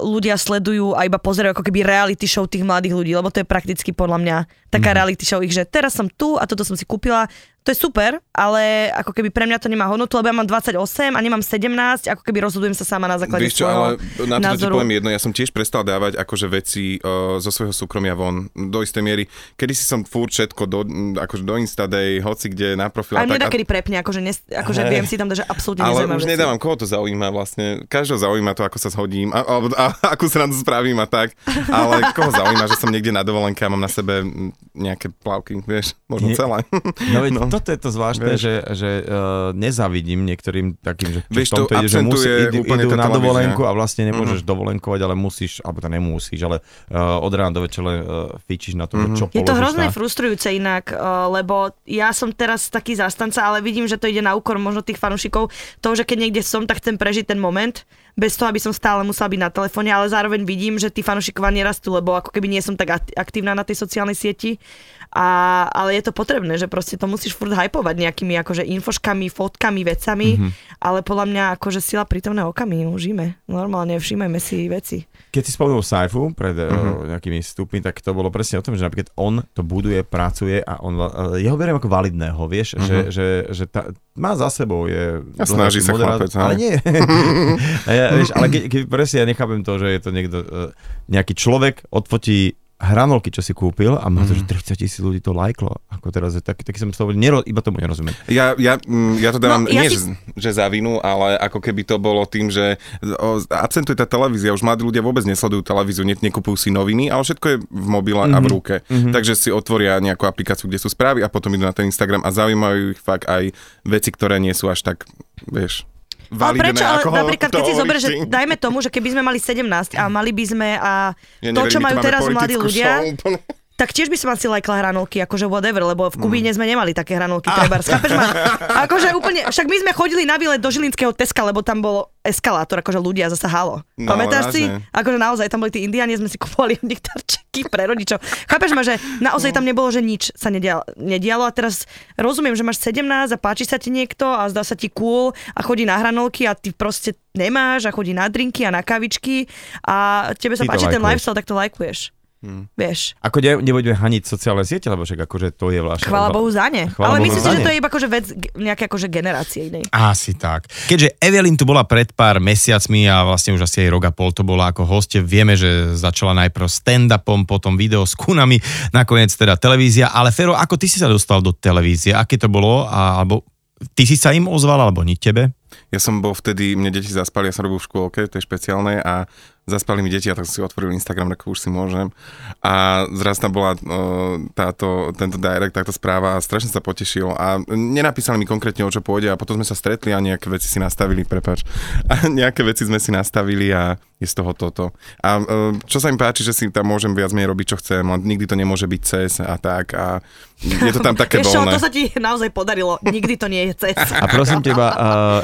[SPEAKER 3] ľudia sledujú a iba pozerajú ako keby reality show tých mladých ľudí, lebo to je prakticky podľa mňa taká
[SPEAKER 4] Mhm.
[SPEAKER 3] reality show ich, že teraz som tu a toto som si kúpila, to je super, ale ako keby pre mňa to nemá hodnotu, lebo ja mám 28 a nemám 17, ako keby rozhodujem sa sama na základe
[SPEAKER 4] Vieš čo,
[SPEAKER 3] svojho
[SPEAKER 4] ale na to ti
[SPEAKER 3] názoru.
[SPEAKER 4] poviem jedno, ja som tiež prestal dávať akože veci uh, zo svojho súkromia von, do istej miery. Kedy si som furt všetko do, m, akože do Instadej, hoci kde na profil.
[SPEAKER 3] Aj mne
[SPEAKER 4] a tak, a-
[SPEAKER 3] takedy prepne, akože, nes, akože
[SPEAKER 2] Hej.
[SPEAKER 3] viem si tam, dať, že absolútne
[SPEAKER 4] ale
[SPEAKER 3] nezaujímavé
[SPEAKER 4] už
[SPEAKER 3] veci.
[SPEAKER 4] nedávam, koho to zaujíma vlastne. Každého zaujíma to, ako sa zhodím a, a, *laughs* a akú srandu spravím a tak. Ale koho zaujíma, že som niekde na dovolenke a mám na sebe mm, nejaké plavky, vieš, možno
[SPEAKER 2] Nie.
[SPEAKER 4] celé. *laughs*
[SPEAKER 2] No veď no. to toto je to zvláštne,
[SPEAKER 4] Vieš.
[SPEAKER 2] že, že uh, nezavidím niektorým takým, že, čo
[SPEAKER 4] Vieš,
[SPEAKER 2] v tomto
[SPEAKER 4] to
[SPEAKER 2] ide, že musí,
[SPEAKER 4] absentuje
[SPEAKER 2] id,
[SPEAKER 4] úplne
[SPEAKER 2] idú na
[SPEAKER 4] tá televízia. Mhm.
[SPEAKER 2] dovolenku a vlastne nemôžeš mm-hmm. dovolenkovať, ale musíš, alebo to nemusíš, ale uh, od rána do večera uh, fičíš na to,
[SPEAKER 4] Mhm.
[SPEAKER 2] mm-hmm. čo
[SPEAKER 3] Je to
[SPEAKER 2] položíš
[SPEAKER 3] hrozne
[SPEAKER 2] na...
[SPEAKER 3] frustrujúce inak, eh, lebo ja som teraz taký zastanca, ale vidím, že to ide na úkor možno tých fanúšikov toho, že keď niekde som, tak chcem prežiť ten moment, bez toho, aby som stále musela byť na telefóne, ale zároveň vidím, že tí fanúšikovia nerastú, lebo ako keby nie som tak at- aktívna na tej sociálnej sieti. A, ale je to potrebné, že proste to musíš furt hypovať nejakými akože infoškami, fotkami, vecami, mm-hmm. ale podľa mňa akože sila prítomného okamihu žijeme. Normálne všímajme si veci.
[SPEAKER 2] Keď si spomenul Saifu pred
[SPEAKER 4] Mhm.
[SPEAKER 2] uh-huh. nejakými vstupmi, tak to bolo presne o tom, že napríklad on to buduje, pracuje a on, uh, ja ho beriem ako validného, vieš, uh-huh. že, že, že tá, má za sebou, je...
[SPEAKER 4] Mhm. A snaží sa chlapec, áno.
[SPEAKER 2] Ale
[SPEAKER 4] *laughs*
[SPEAKER 2] nie. A ja, vieš, ale keď, keď presne ja nechápem to, že je to niekto, uh, nejaký človek odfotí hranolky, čo si kúpil a má to,
[SPEAKER 4] Mhm.
[SPEAKER 2] že 30 tisíc ľudí to lajklo. Ako teraz, je tak, taký som z toho, nero, iba tomu nerozumiem.
[SPEAKER 4] Ja, ja, mm, ja to dávam,
[SPEAKER 3] No,
[SPEAKER 4] no,
[SPEAKER 3] ja
[SPEAKER 4] ja nie
[SPEAKER 3] si-
[SPEAKER 4] si... že za vinu, ale ako keby to bolo tým, že o, absentuje tá televízia, už mladí ľudia vôbec nesledujú televíziu, ne, nekupujú si noviny, ale všetko je v mobile mm-hmm. a
[SPEAKER 3] Mhm.
[SPEAKER 4] v ruke. Mm-hmm. Takže si otvoria nejakú aplikáciu, kde sú správy a potom idú na ten Instagram a zaujímajú ich fakt aj veci, ktoré nie sú až tak, vieš,
[SPEAKER 3] Ale
[SPEAKER 4] validné,
[SPEAKER 3] prečo, ale
[SPEAKER 4] ako ho-
[SPEAKER 3] napríklad,
[SPEAKER 4] to
[SPEAKER 3] keď si
[SPEAKER 4] hovoríš
[SPEAKER 3] zoberieš, že
[SPEAKER 4] ty.
[SPEAKER 3] dajme tomu, že keby sme mali 17 a mali by sme a
[SPEAKER 4] Ja
[SPEAKER 3] to,
[SPEAKER 4] neverím,
[SPEAKER 3] čo
[SPEAKER 4] my tu
[SPEAKER 3] majú
[SPEAKER 4] máme
[SPEAKER 3] teraz mladí
[SPEAKER 4] politickú show
[SPEAKER 3] ľudia,
[SPEAKER 4] úplne.
[SPEAKER 3] tak tiež by som asi lajkla hranolky, akože whatever, lebo v Kubíne
[SPEAKER 2] Mm.
[SPEAKER 3] sme nemali také hranolky, treba, chápeš
[SPEAKER 2] *laughs*
[SPEAKER 3] ma? Akože úplne, však my sme chodili na výlet do Žilinského Teska, lebo tam bolo eskalátor, akože ľudia zasa halo.
[SPEAKER 4] No,
[SPEAKER 3] Pamätáš
[SPEAKER 4] ale
[SPEAKER 3] si?
[SPEAKER 4] vážne.
[SPEAKER 3] Akože naozaj tam boli tí indiani, sme si kupovali od nich tarčeky pre rodičov. Chápeš ma, že
[SPEAKER 2] No.
[SPEAKER 3] naozaj tam nebolo, že nič sa nedialo, nedialo a teraz rozumiem, že máš 17 a páči sa ti niekto a zdá sa ti cool a chodí na hranolky a ty proste nemáš a chodí na drinky a na kavičky a tebe sa
[SPEAKER 2] Ty to
[SPEAKER 3] páči ten
[SPEAKER 2] lajkuješ. Hm.
[SPEAKER 3] lifestyle, tak to lajkuješ. Hmm. Vieš.
[SPEAKER 2] Ako ne, nebudeme haniť sociálne siete, lebo však akože to je vlastne...
[SPEAKER 3] Chvála Bohu za ne.
[SPEAKER 2] Chvála
[SPEAKER 3] ale
[SPEAKER 2] Bohu
[SPEAKER 3] myslím
[SPEAKER 2] za
[SPEAKER 3] si, že
[SPEAKER 2] ne.
[SPEAKER 3] to je iba akože vec g- nejaké akože generácie inej.
[SPEAKER 1] Asi tak. Keďže Evelyn tu bola pred pár mesiacmi a vlastne už asi aj rok a pol to bola ako hoste, vieme, že začala najprv stand-upom, potom video s kunami, nakoniec teda televízia. Ale Fero, ako ty si sa dostal do televízie? Aké to bolo? A, alebo ty si sa im ozval, alebo ni tebe?
[SPEAKER 4] Ja som bol vtedy, mne deti zaspali, ja som robil v škôlke, to je špeciálne a zaspali mi deti a tak som si otvoril Instagram, tak už si môžem. A zraz tam bola o, táto, tento direct, táto správa a strašne sa potešil a nenapísali mi konkrétne o čo pôjde a potom sme sa stretli a nejaké veci si nastavili, prepač. A nejaké veci sme si nastavili a je z toho toto. A e, čo sa mi páči, že si tam môžem viac menej robiť, čo chcem, len nikdy to nemôže byť cez a tak a je to tam také
[SPEAKER 3] Vieš čo,
[SPEAKER 4] voľné.
[SPEAKER 3] to sa ti *laughs* naozaj podarilo. Nikdy to nie je cez.
[SPEAKER 2] A prosím teba, uh,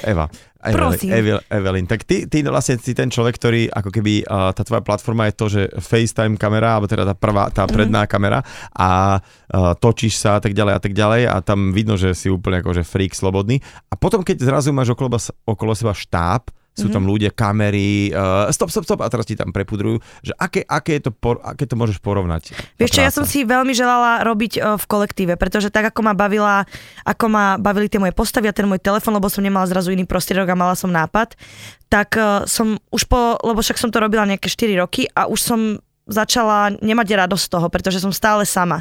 [SPEAKER 2] Eva. Evelyn,
[SPEAKER 3] Prosím.
[SPEAKER 2] Evel- Evelyn, tak ty, ty vlastne si ten človek, ktorý ako keby, uh, tá tvoja platforma je to, že FaceTime kamera, alebo teda tá prvá, tá
[SPEAKER 3] Mhm.
[SPEAKER 2] predná kamera a uh, točíš sa a tak ďalej a tak ďalej a tam vidno, že si úplne akože freak slobodný. A potom, keď zrazu máš okolo, s- okolo seba štáb, sú
[SPEAKER 3] Mhm.
[SPEAKER 2] tam ľudia, kamery, uh, stop, stop, stop a teraz ti tam prepudrujú, že aké, aké, je to, por, aké to môžeš porovnať? tá
[SPEAKER 3] *laughs* Vieš čo, ja
[SPEAKER 2] práca?
[SPEAKER 3] som si veľmi želala robiť e, v kolektíve, pretože tak ako ma bavila, ako ma bavili tie moje postavy a ten môj telefon, lebo som nemala zrazu iný prostriedok a mala som nápad, tak e, som už po, lebo však som to robila nejaké 4 roky a už som začala nemať radosť z toho, pretože som stále sama.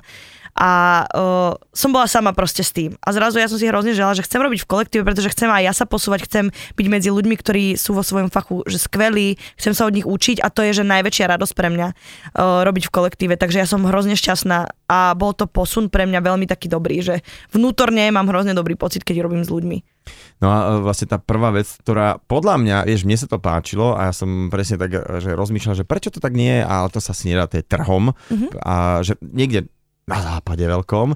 [SPEAKER 3] A uh, som bola sama proste s tým. A zrazu ja som si hrozne žela, že chcem robiť v kolektíve, pretože chcem aj ja sa posúvať, chcem byť medzi ľuďmi, ktorí sú vo svojom fachu že skvelí, chcem sa od nich učiť a to je, že najväčšia radosť pre mňa uh, robiť v kolektíve. Takže ja som hrozne šťastná a bol to posun pre mňa veľmi taký dobrý, že vnútorne mám hrozne dobrý pocit, keď robím s ľuďmi.
[SPEAKER 2] No a e, vlastne tá prvá vec, ktorá podľa mňa, vieš, mne sa to páčilo a ja som presne tak, e, že rozmýšľal, že prečo to tak nie je, ale to sa snieda, to je trhom mm-hmm. a že niekde na západe veľkom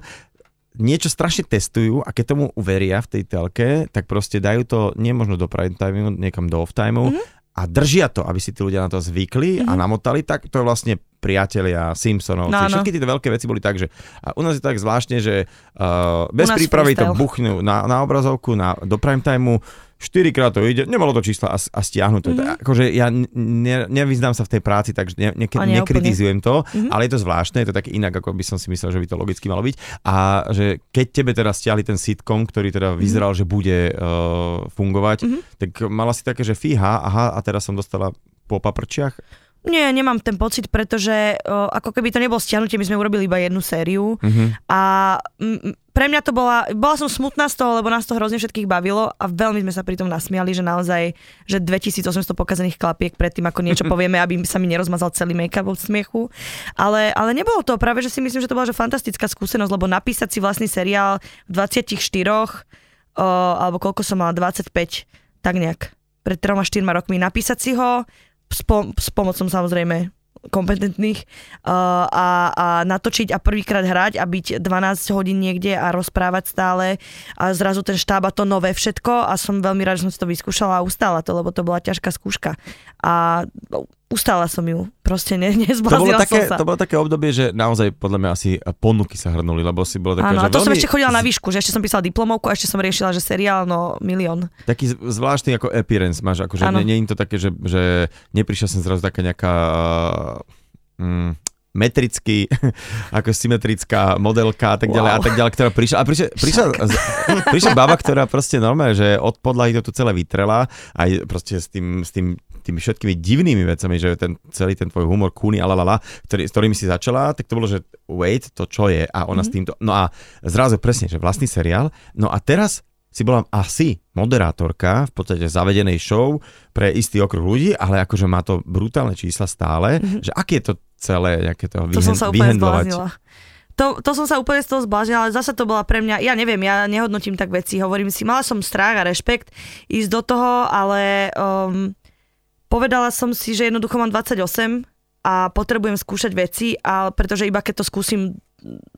[SPEAKER 2] niečo strašne testujú a keď tomu uveria v tej telke, tak proste dajú to nemožno do prime timeu, niekam do off timeu mm-hmm. a držia to, aby si tí ľudia na to zvykli mm-hmm. a namotali, tak to je vlastne priatelia, Simpsonovci,
[SPEAKER 3] No,
[SPEAKER 2] no,
[SPEAKER 3] áno.
[SPEAKER 2] všetky tieto veľké veci boli tak, že a u nás je tak zvláštne, že uh, bez
[SPEAKER 3] nás
[SPEAKER 2] prípravy to
[SPEAKER 3] freestyle.
[SPEAKER 2] bu- buchnú na, na obrazovku, na, do prime timeu, štyrikrát to ide, nemalo to čísla a, s- a stiahnu to.
[SPEAKER 3] Mhm.
[SPEAKER 2] Mm-hmm. Akože ja ne- ne, nevyznám sa v tej práci, takže ne, ne,
[SPEAKER 3] A nie,
[SPEAKER 2] nekritizujem to,
[SPEAKER 3] Mhm.
[SPEAKER 2] mm-hmm. ale je to zvláštne, je to tak inak, ako by som si myslel, že by to logicky malo byť. A že keď tebe teraz stiahli ten sitcom, ktorý teda
[SPEAKER 3] Mhm.
[SPEAKER 2] vyzeral, mm-hmm. že bude uh, fungovať, mm-hmm. tak mala si také, že fíha, aha, a teraz som dostala po paprčiach.
[SPEAKER 3] Nie, nemám ten pocit, pretože uh, ako keby to nebolo stiahnutie, my sme urobili iba jednu sériu a mm, pre mňa to bola, bola som smutná z toho, lebo nás to hrozne všetkých bavilo a veľmi sme sa pri tom nasmiali, že naozaj, že 2800 pokazených klapiek predtým, ako niečo povieme, aby sa mi nerozmazal celý make-up od smiechu. Ale, ale nebolo to, práve že si myslím, že to bola že fantastická skúsenosť, lebo napísať si vlastný seriál v 24, uh, alebo koľko som mala, 25, tak nejak, pred 3-4 rokmi, napísať si ho s, pom- s pomocou samozrejme kompetentných uh, a, a natočiť a prvýkrát hrať a byť 12 hodín niekde a rozprávať stále a zrazu ten štáb a to nové všetko a som veľmi rád, že som si to vyskúšala a ustála to, lebo to bola ťažká skúška a no, ustála som ju, proste ne, *laughs*
[SPEAKER 2] To bolo,
[SPEAKER 3] nezbláznila
[SPEAKER 2] také,
[SPEAKER 3] som sa.
[SPEAKER 2] to bolo také obdobie, že naozaj podľa mňa asi ponuky sa hrnuli, lebo si bolo také, že
[SPEAKER 3] Áno, a to som
[SPEAKER 2] veľmi
[SPEAKER 3] ešte chodila na výšku, že ešte som písala diplomovku a ešte som riešila, že seriál, no milión.
[SPEAKER 2] Taký z- zvláštny ako appearance máš, akože
[SPEAKER 3] Áno.
[SPEAKER 2] nie, nie je to také, že, že neprišla som zrazu taká nejaká mm, metrický, *laughs* ako symetrická modelka a tak ďalej a
[SPEAKER 3] Wow.
[SPEAKER 2] tak ďalej, ktorá prišla, a prišla, prišla, z- prišla baba, ktorá proste normálne, že od podlahy to tu celé vytrela aj proste s tým, s tým tými všetkými divnými vecami, že ten, celý ten tvoj humor kúny a lalala, ktorý, s ktorými si začala, tak to bolo, že wait, to čo je a
[SPEAKER 3] Mhm.
[SPEAKER 2] ona mm-hmm. s týmto, no a zrazu presne, že vlastný seriál, no a teraz si bola asi moderátorka v podstate zavedenej show pre istý okruh ľudí, ale akože má to brutálne čísla stále, že aké je to celé, nejaké to,
[SPEAKER 3] Mhm.
[SPEAKER 2] vyhen-
[SPEAKER 3] To som sa úplne
[SPEAKER 2] vyhendlovať.
[SPEAKER 3] zbláznila. To, to som sa úplne z toho zbláznila, ale zase to bola pre mňa, ja neviem, ja nehodnotím tak veci, hovorím si, mala som strach a rešpekt ísť do toho, ale um, povedala som si, že jednoducho mám 28 a potrebujem skúšať veci, a, pretože iba keď to skúsim,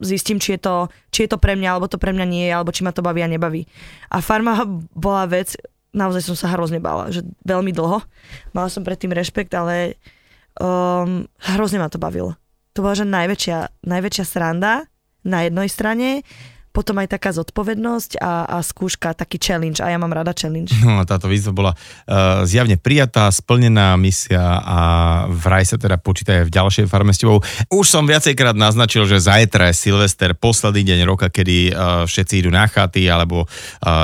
[SPEAKER 3] zistím, či je, to, či je to pre mňa, alebo to pre mňa nie je, alebo či ma to baví a nebaví. A farma *laughs* bola vec, naozaj som sa hrozne bála, že veľmi dlho. Mala som predtým rešpekt, ale um, hrozne ma to bavilo. To bola že najväčšia, najväčšia sranda na jednej strane, potom aj taká zodpovednosť a, a skúška, taký challenge. A ja mám rada challenge.
[SPEAKER 4] *laughs*
[SPEAKER 1] No, táto výzva bola uh, zjavne prijatá, splnená misia a vraj sa teda počíta aj v ďalšej farme s tebou. Už som viacejkrát naznačil, že zajtra je Silvester, posledný deň roka, kedy uh, všetci idú na chaty alebo, uh,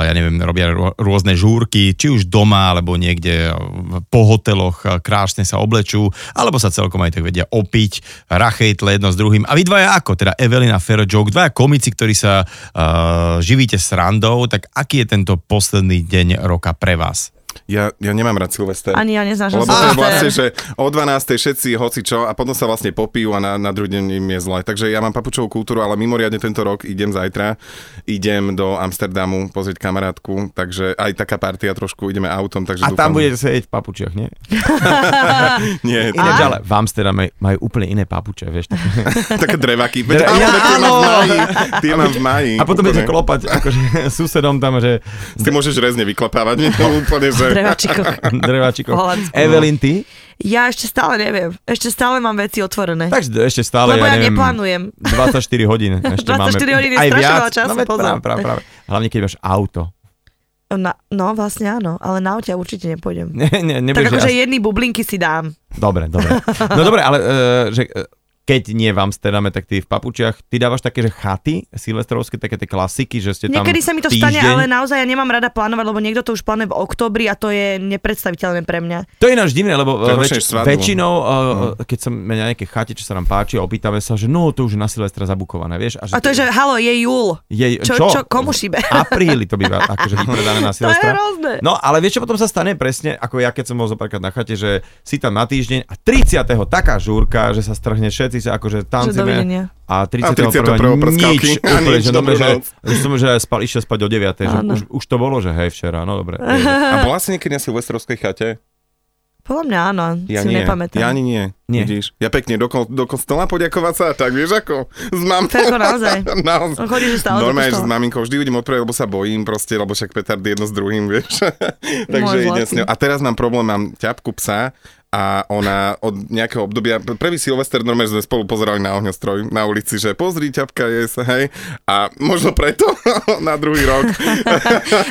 [SPEAKER 1] ja neviem, robia rô- rôzne žúrky, či už doma alebo niekde v- po hoteloch, uh, krásne sa oblečú, alebo sa celkom aj tak vedia opiť, rachejtle jedno s druhým. A vy dvaja ako? Teda Evelina Ferrojoke, dvaja komici, ktorí sa uh, živíte srandou, tak aký je tento posledný deň roka pre vás?
[SPEAKER 4] Ja, ja nemám rád Silvester.
[SPEAKER 3] Ani ja neznášam
[SPEAKER 4] Lebo to je
[SPEAKER 3] Silvester.
[SPEAKER 4] vlastne, že o 12. všetci hoci čo a potom sa vlastne popijú a na, na druhý deň im je zle. Takže ja mám papučovú kultúru, ale mimoriadne tento rok idem zajtra, idem do Amsterdamu pozrieť kamarátku, takže aj taká partia trošku, ideme autom,
[SPEAKER 2] A
[SPEAKER 4] takže dúfam,
[SPEAKER 2] tam budete sedieť v papučiach, nie?
[SPEAKER 4] Nie,
[SPEAKER 2] Iné,
[SPEAKER 4] také-
[SPEAKER 2] ale v Amsterdame majú úplne iné papuče, vieš. tak-
[SPEAKER 4] také drevaky. Veď,
[SPEAKER 2] Dre-
[SPEAKER 4] áno,
[SPEAKER 2] Ja-
[SPEAKER 4] veď tie
[SPEAKER 2] áno.
[SPEAKER 4] mám v máji, tie mám v máji.
[SPEAKER 2] A potom
[SPEAKER 4] úplne.
[SPEAKER 2] budete klopať akože *laughs* susedom tam, že
[SPEAKER 4] Ty môžeš rezne vyklapávať, nie to úplne, že...
[SPEAKER 3] Drevačikov.
[SPEAKER 2] dreváčikov.
[SPEAKER 3] V Holandsku.
[SPEAKER 2] Evelyn, ty?
[SPEAKER 3] Ja ešte stále neviem. Ešte stále mám veci otvorené.
[SPEAKER 2] Takže ešte stále,
[SPEAKER 3] lebo
[SPEAKER 2] ja
[SPEAKER 3] ja,
[SPEAKER 2] neviem,
[SPEAKER 3] neplánujem.
[SPEAKER 2] 24 hodín ešte
[SPEAKER 3] 24
[SPEAKER 2] máme.
[SPEAKER 3] hodín je
[SPEAKER 2] Aj
[SPEAKER 3] strašne
[SPEAKER 2] viac.
[SPEAKER 3] veľa času,
[SPEAKER 2] no, veď
[SPEAKER 3] pozor.
[SPEAKER 2] Práve, práve, práve. Hlavne, keď máš auto. *laughs*
[SPEAKER 3] Na, no vlastne áno, ale na auta určite nepôjdem.
[SPEAKER 2] Ne, ne, nebudeš
[SPEAKER 3] Tak akože
[SPEAKER 2] asi-
[SPEAKER 3] jedny bublinky si dám.
[SPEAKER 2] Dobre, dobre. No dobre, ale e, že e, keď nie v Amsterdame, tak ty v papučiach, ty dávaš také, že chaty silvestrovské, také tie klasiky, že ste tam
[SPEAKER 3] Niekedy sa mi to
[SPEAKER 2] týždeň.
[SPEAKER 3] stane, ale naozaj ja nemám rada plánovať, lebo niekto to už plánuje v oktobri a to je nepredstaviteľné pre mňa.
[SPEAKER 2] To je ináč divné, lebo
[SPEAKER 4] To je
[SPEAKER 2] e,
[SPEAKER 4] horšie než svadbu. No.
[SPEAKER 2] väčšinou, e, e, keď som na nejakej chate, čo sa nám páči, opýtame sa, že no, to už je na Silvestra zabukované, vieš? že
[SPEAKER 3] A to je, že halo, je júl.
[SPEAKER 2] Je,
[SPEAKER 3] Čo,
[SPEAKER 2] čo?
[SPEAKER 3] čo, komu šibe?
[SPEAKER 2] V apríli to býva
[SPEAKER 3] *laughs*
[SPEAKER 2] akože vypredané na
[SPEAKER 3] To je
[SPEAKER 2] Silvestra.
[SPEAKER 3] hrozné.
[SPEAKER 2] No ale vieš, čo potom sa stane presne, ako ja keď som bol zopárkrát na chate, že si tam na týždeň a 30. taká žúrka, že sa strhne všetci sa akože
[SPEAKER 3] dovidenia.
[SPEAKER 2] tancíme. A 31.
[SPEAKER 4] 31. prskavky.
[SPEAKER 2] nič,
[SPEAKER 4] A
[SPEAKER 2] úplne,
[SPEAKER 4] nič,
[SPEAKER 2] že, dobre,
[SPEAKER 4] dobrú
[SPEAKER 2] že,
[SPEAKER 4] noc.
[SPEAKER 2] že som že spal, išiel spať o 9. Že
[SPEAKER 3] Áno.
[SPEAKER 2] už, už, to bolo, že hej, včera, no
[SPEAKER 3] *laughs*
[SPEAKER 2] dobre.
[SPEAKER 4] A bola si niekedy na Silvestrovskej chate?
[SPEAKER 3] Podľa mňa áno,
[SPEAKER 4] Ja
[SPEAKER 3] si
[SPEAKER 4] nie.
[SPEAKER 3] nepamätám.
[SPEAKER 4] Ja ani nie.
[SPEAKER 2] Nie.
[SPEAKER 4] Vidíš? Ja pekne do, kol, do kostola poďakovať sa, tak vieš ako? S mamou.
[SPEAKER 3] Ferko, naozaj.
[SPEAKER 4] *laughs* naozaj.
[SPEAKER 3] On chodí, že stále do
[SPEAKER 4] Normálne, že s
[SPEAKER 3] kostola.
[SPEAKER 4] maminkou vždy idem odprávať, lebo sa bojím proste, lebo však petard jedno s druhým, vieš. *laughs* Takže
[SPEAKER 3] Môj
[SPEAKER 4] idem s
[SPEAKER 3] zlatý.
[SPEAKER 4] ňou. A teraz mám problém, mám ťapku psa a ona od nejakého obdobia, prvý Silvester normálne sme spolu pozerali na ohňostroj na ulici, že pozri, ťapka je sa, hej. A možno preto *laughs* na druhý
[SPEAKER 3] *laughs*
[SPEAKER 4] rok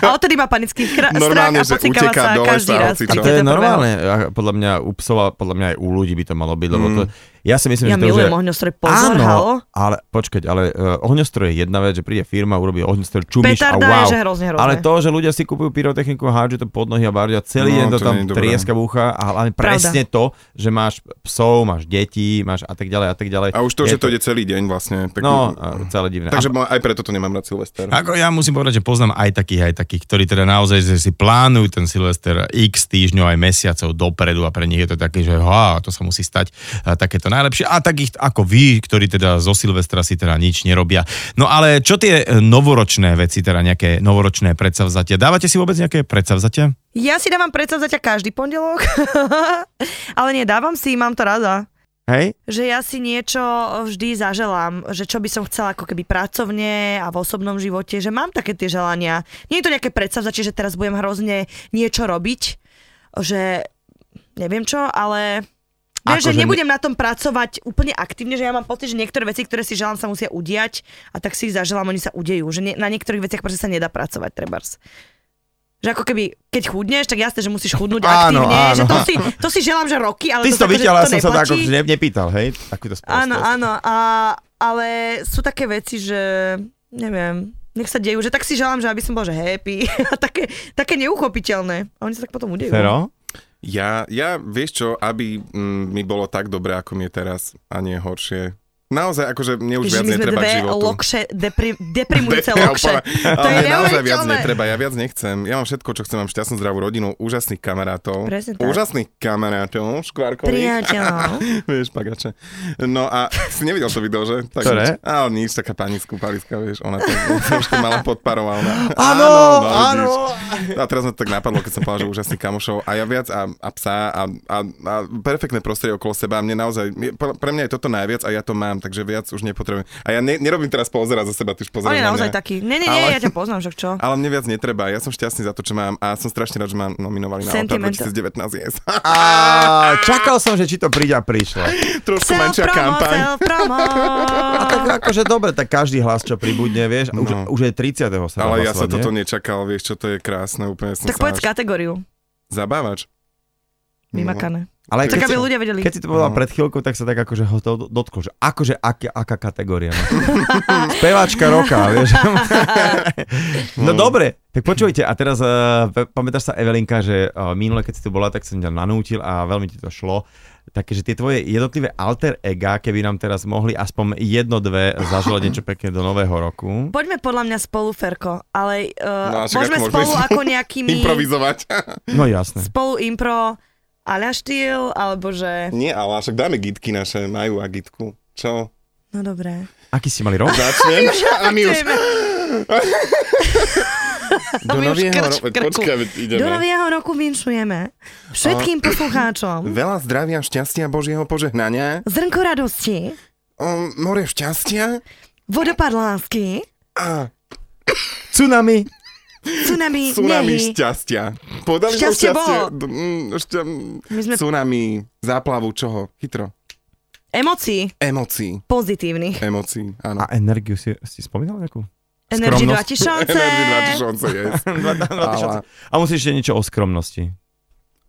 [SPEAKER 3] A odtedy má panický kra- strach
[SPEAKER 4] Normálne,
[SPEAKER 3] a
[SPEAKER 4] že
[SPEAKER 3] pocikáva
[SPEAKER 4] uteká
[SPEAKER 3] sa
[SPEAKER 4] dole
[SPEAKER 3] každý
[SPEAKER 4] sa
[SPEAKER 3] raz.
[SPEAKER 4] hocičo.
[SPEAKER 2] A
[SPEAKER 4] Čo?
[SPEAKER 2] to je
[SPEAKER 3] 31..
[SPEAKER 2] normálne, a podľa mňa u psov a podľa mňa aj u ľudí by to malo byť, lebo to, Ja si myslím, že
[SPEAKER 3] Mm. Ja
[SPEAKER 2] to, že...
[SPEAKER 3] milujem ohňostroj, pozor,
[SPEAKER 2] Áno,
[SPEAKER 3] halo.
[SPEAKER 2] ale počkať, ale uh, ohňostroj je jedna vec, že príde firma, urobí ohňostroj, čumíš a
[SPEAKER 3] Petarda je,
[SPEAKER 2] wow.
[SPEAKER 3] že hrozne, hrozne.
[SPEAKER 2] Ale to, že ľudia si kupujú pyrotechniku a hádžu to pod nohy a bardia, celý
[SPEAKER 4] No,
[SPEAKER 2] deň to
[SPEAKER 4] to
[SPEAKER 2] tam
[SPEAKER 4] nie je dobré.
[SPEAKER 2] trieska búcha a hlavne
[SPEAKER 3] Pravda.
[SPEAKER 2] presne to, že máš psov, máš deti, máš a tak ďalej a tak ďalej.
[SPEAKER 4] A už to, že to ide celý deň vlastne. Tak,
[SPEAKER 2] No, a celé divné.
[SPEAKER 4] takže
[SPEAKER 2] A-
[SPEAKER 4] ma- aj preto to nemám rád Silvester.
[SPEAKER 1] Ako ja musím povedať, že poznám aj takých, aj takých, ktorí teda naozaj že si plánujú ten Silvester x týždňov aj mesiacov dopredu a pre nich je to také, že ha, to sa musí stať a takéto najlepšie. A takých ako vy, ktorí teda zo Silvestra si teda nič nerobia. No ale čo tie e, novoročné veci, teda nejaké novoročné predsavzatia? Dávate si vôbec nejaké predsavzatia?
[SPEAKER 3] Ja si dávam predsavzatia každý pondelok, *laughs* ale nie, dávam si, mám to rada.
[SPEAKER 2] Hej?
[SPEAKER 3] Že ja si niečo vždy zaželám, že čo by som chcela ako keby pracovne a v osobnom živote, že mám také tie želania. Nie je to nejaké predsavzatie, že teraz budem hrozne niečo robiť, že neviem čo, ale... Vieš,
[SPEAKER 2] Ako,
[SPEAKER 3] že
[SPEAKER 2] že ne-
[SPEAKER 3] nebudem na tom pracovať úplne aktívne, že ja mám pocit, že niektoré veci, ktoré si želám, sa musia udiať a tak si ich zaželám, oni sa udejú. Že nie, na niektorých veciach proste sa nedá pracovať, trebárs. Že ako keby, keď chudneš, tak jasné, že musíš chudnúť
[SPEAKER 2] Áno,
[SPEAKER 3] aktívne, že
[SPEAKER 2] áno.
[SPEAKER 3] to si, to si želám, že roky, ale
[SPEAKER 2] Ty si
[SPEAKER 3] No to,
[SPEAKER 2] to
[SPEAKER 3] tak, že
[SPEAKER 2] videla, ja som sa to ako
[SPEAKER 3] neplatí.
[SPEAKER 2] ne, nepýtal, hej? Akú to sprostosť.
[SPEAKER 3] Áno, áno, a, ale sú také veci, že neviem, nech sa dejú, že tak si želám, že aby som bol, že happy *laughs* a také, také neuchopiteľné. A oni sa tak potom udejú.
[SPEAKER 2] Fero?
[SPEAKER 4] Ja, ja, vieš čo, aby mm, mi bolo tak dobre, ako mi je teraz a nie horšie. Naozaj, akože mne
[SPEAKER 3] Že
[SPEAKER 4] už
[SPEAKER 3] my
[SPEAKER 4] viac
[SPEAKER 3] sme
[SPEAKER 4] netreba k
[SPEAKER 3] dve
[SPEAKER 4] životu. *laughs*
[SPEAKER 3] lokše, depri, deprimujúce
[SPEAKER 4] Ja
[SPEAKER 3] lokše.
[SPEAKER 4] úplne- Ale
[SPEAKER 3] je
[SPEAKER 4] mne naozaj viac
[SPEAKER 3] neuveriteľné.
[SPEAKER 4] netreba, ja viac nechcem. Ja mám všetko, čo chcem, mám šťastnú zdravú rodinu, úžasných kamarátov.
[SPEAKER 3] Presne tak.
[SPEAKER 4] Úžasných kamarátov, škvárkových. *laughs*
[SPEAKER 3] Priateľov.
[SPEAKER 4] vieš, pagače. No a si nevidel to video, že? Tak
[SPEAKER 2] Ktoré?
[SPEAKER 4] nič. Ale nič, taká pani skúpaliska, vieš, ona to *laughs* trošku mala podparová. Ona.
[SPEAKER 2] Áno,
[SPEAKER 4] no,
[SPEAKER 2] áno.
[SPEAKER 4] vidíš. No A teraz ma to tak napadlo, keď som povedal, že úžasných kamošov a ja viac a, a psa a, a, a, perfektné prostredie okolo seba. Mne naozaj, mne- pre mňa je toto najviac a ja to mám, takže viac už nepotrebujem. A ja ne, nerobím teraz pozerať za seba, ty
[SPEAKER 3] On
[SPEAKER 4] už pozeráš
[SPEAKER 3] je
[SPEAKER 4] na
[SPEAKER 3] naozaj
[SPEAKER 4] mňa.
[SPEAKER 3] taký. Nie, nie, nie,
[SPEAKER 4] Ale-
[SPEAKER 3] ja ťa poznám, že čo.
[SPEAKER 4] Ale mne viac netreba, ja som šťastný za to, čo mám a som strašne rád, že ma nominovali na Otár
[SPEAKER 3] Sentimental.
[SPEAKER 4] 2019 yes. *laughs*
[SPEAKER 2] Á, čakal som, že či to príde a prišlo.
[SPEAKER 4] Trošku menšia
[SPEAKER 3] Self-promo,
[SPEAKER 4] kampaň. *laughs*
[SPEAKER 3] self-promo.
[SPEAKER 2] A tak akože dobre, tak každý hlas, čo pribudne, vieš, no. už,
[SPEAKER 4] No.
[SPEAKER 2] už je 30. sa dá
[SPEAKER 4] Ale ja sa
[SPEAKER 2] hlasovať,
[SPEAKER 4] toto
[SPEAKER 2] nie?
[SPEAKER 4] nečakal, vieš, čo to je krásne, úplne som
[SPEAKER 3] Tak
[SPEAKER 4] sa
[SPEAKER 3] povedz
[SPEAKER 4] až-
[SPEAKER 3] kategóriu.
[SPEAKER 4] Zabávač.
[SPEAKER 3] Vymakané.
[SPEAKER 2] Ale
[SPEAKER 3] Tak
[SPEAKER 2] keď,
[SPEAKER 3] aby
[SPEAKER 2] si-
[SPEAKER 3] ľudia vedeli.
[SPEAKER 2] keď si to povedal
[SPEAKER 4] No.
[SPEAKER 2] pred chvíľkou, tak sa tak akože ho to dotkol, že akože aká, aká kategória. No. *laughs* Speváčka roka,
[SPEAKER 4] *laughs*
[SPEAKER 2] vieš. no dobre, tak počujte, a teraz uh, pamätáš sa Evelinka, že uh, minule, keď si tu bola, tak som ťa nanútil a veľmi ti to šlo. Takže tie tvoje jednotlivé alter ega, keby nám teraz mohli aspoň jedno, dve zaželať niečo pekné do nového roku.
[SPEAKER 3] Poďme podľa mňa spolu, Ferko, ale
[SPEAKER 4] No
[SPEAKER 3] uh,
[SPEAKER 4] a však
[SPEAKER 3] môžeme
[SPEAKER 4] ako môžeme
[SPEAKER 3] spolu
[SPEAKER 4] *laughs* ísť?
[SPEAKER 3] ako nejakými...
[SPEAKER 4] Improvizovať. *laughs*
[SPEAKER 2] No jasné.
[SPEAKER 3] spolu impro a štýl, alebo že...
[SPEAKER 4] Nie, ale však dáme gitky naše, majú a gitku. Čo?
[SPEAKER 3] No dobré.
[SPEAKER 2] Aký si mali rok?
[SPEAKER 4] Začnem?
[SPEAKER 3] *laughs*
[SPEAKER 4] a my už... Do
[SPEAKER 3] my už
[SPEAKER 4] nového
[SPEAKER 3] krč v
[SPEAKER 4] roku.
[SPEAKER 3] krku.
[SPEAKER 4] Počkaj, veď
[SPEAKER 3] Do
[SPEAKER 4] ideme.
[SPEAKER 3] nového roku vinšujeme všetkým poslucháčom
[SPEAKER 4] Veľa zdravia, šťastia, Božieho požehnania.
[SPEAKER 3] zrnko radosti,
[SPEAKER 4] O, more šťastia.
[SPEAKER 3] vodopad lásky,
[SPEAKER 4] A
[SPEAKER 2] Tsunami.
[SPEAKER 3] tsunami,
[SPEAKER 4] tsunami
[SPEAKER 3] nehy.
[SPEAKER 4] šťastia. Podali sme
[SPEAKER 3] Šťastie
[SPEAKER 4] šťastie.
[SPEAKER 3] bolo.
[SPEAKER 4] D- mm, šťa- mm,
[SPEAKER 3] My sme-
[SPEAKER 4] Tsunami, záplavu, čoho? Chytro.
[SPEAKER 3] Emocií
[SPEAKER 4] Emocií.
[SPEAKER 3] pozitívnych.
[SPEAKER 4] Emocií, áno.
[SPEAKER 2] A energiu si, si spomínal nejakú?
[SPEAKER 3] Energy
[SPEAKER 2] Skromnosť.
[SPEAKER 3] 2000.
[SPEAKER 4] Energy *laughs* 2000, yes. Ale-
[SPEAKER 2] A musíš ešte niečo o skromnosti.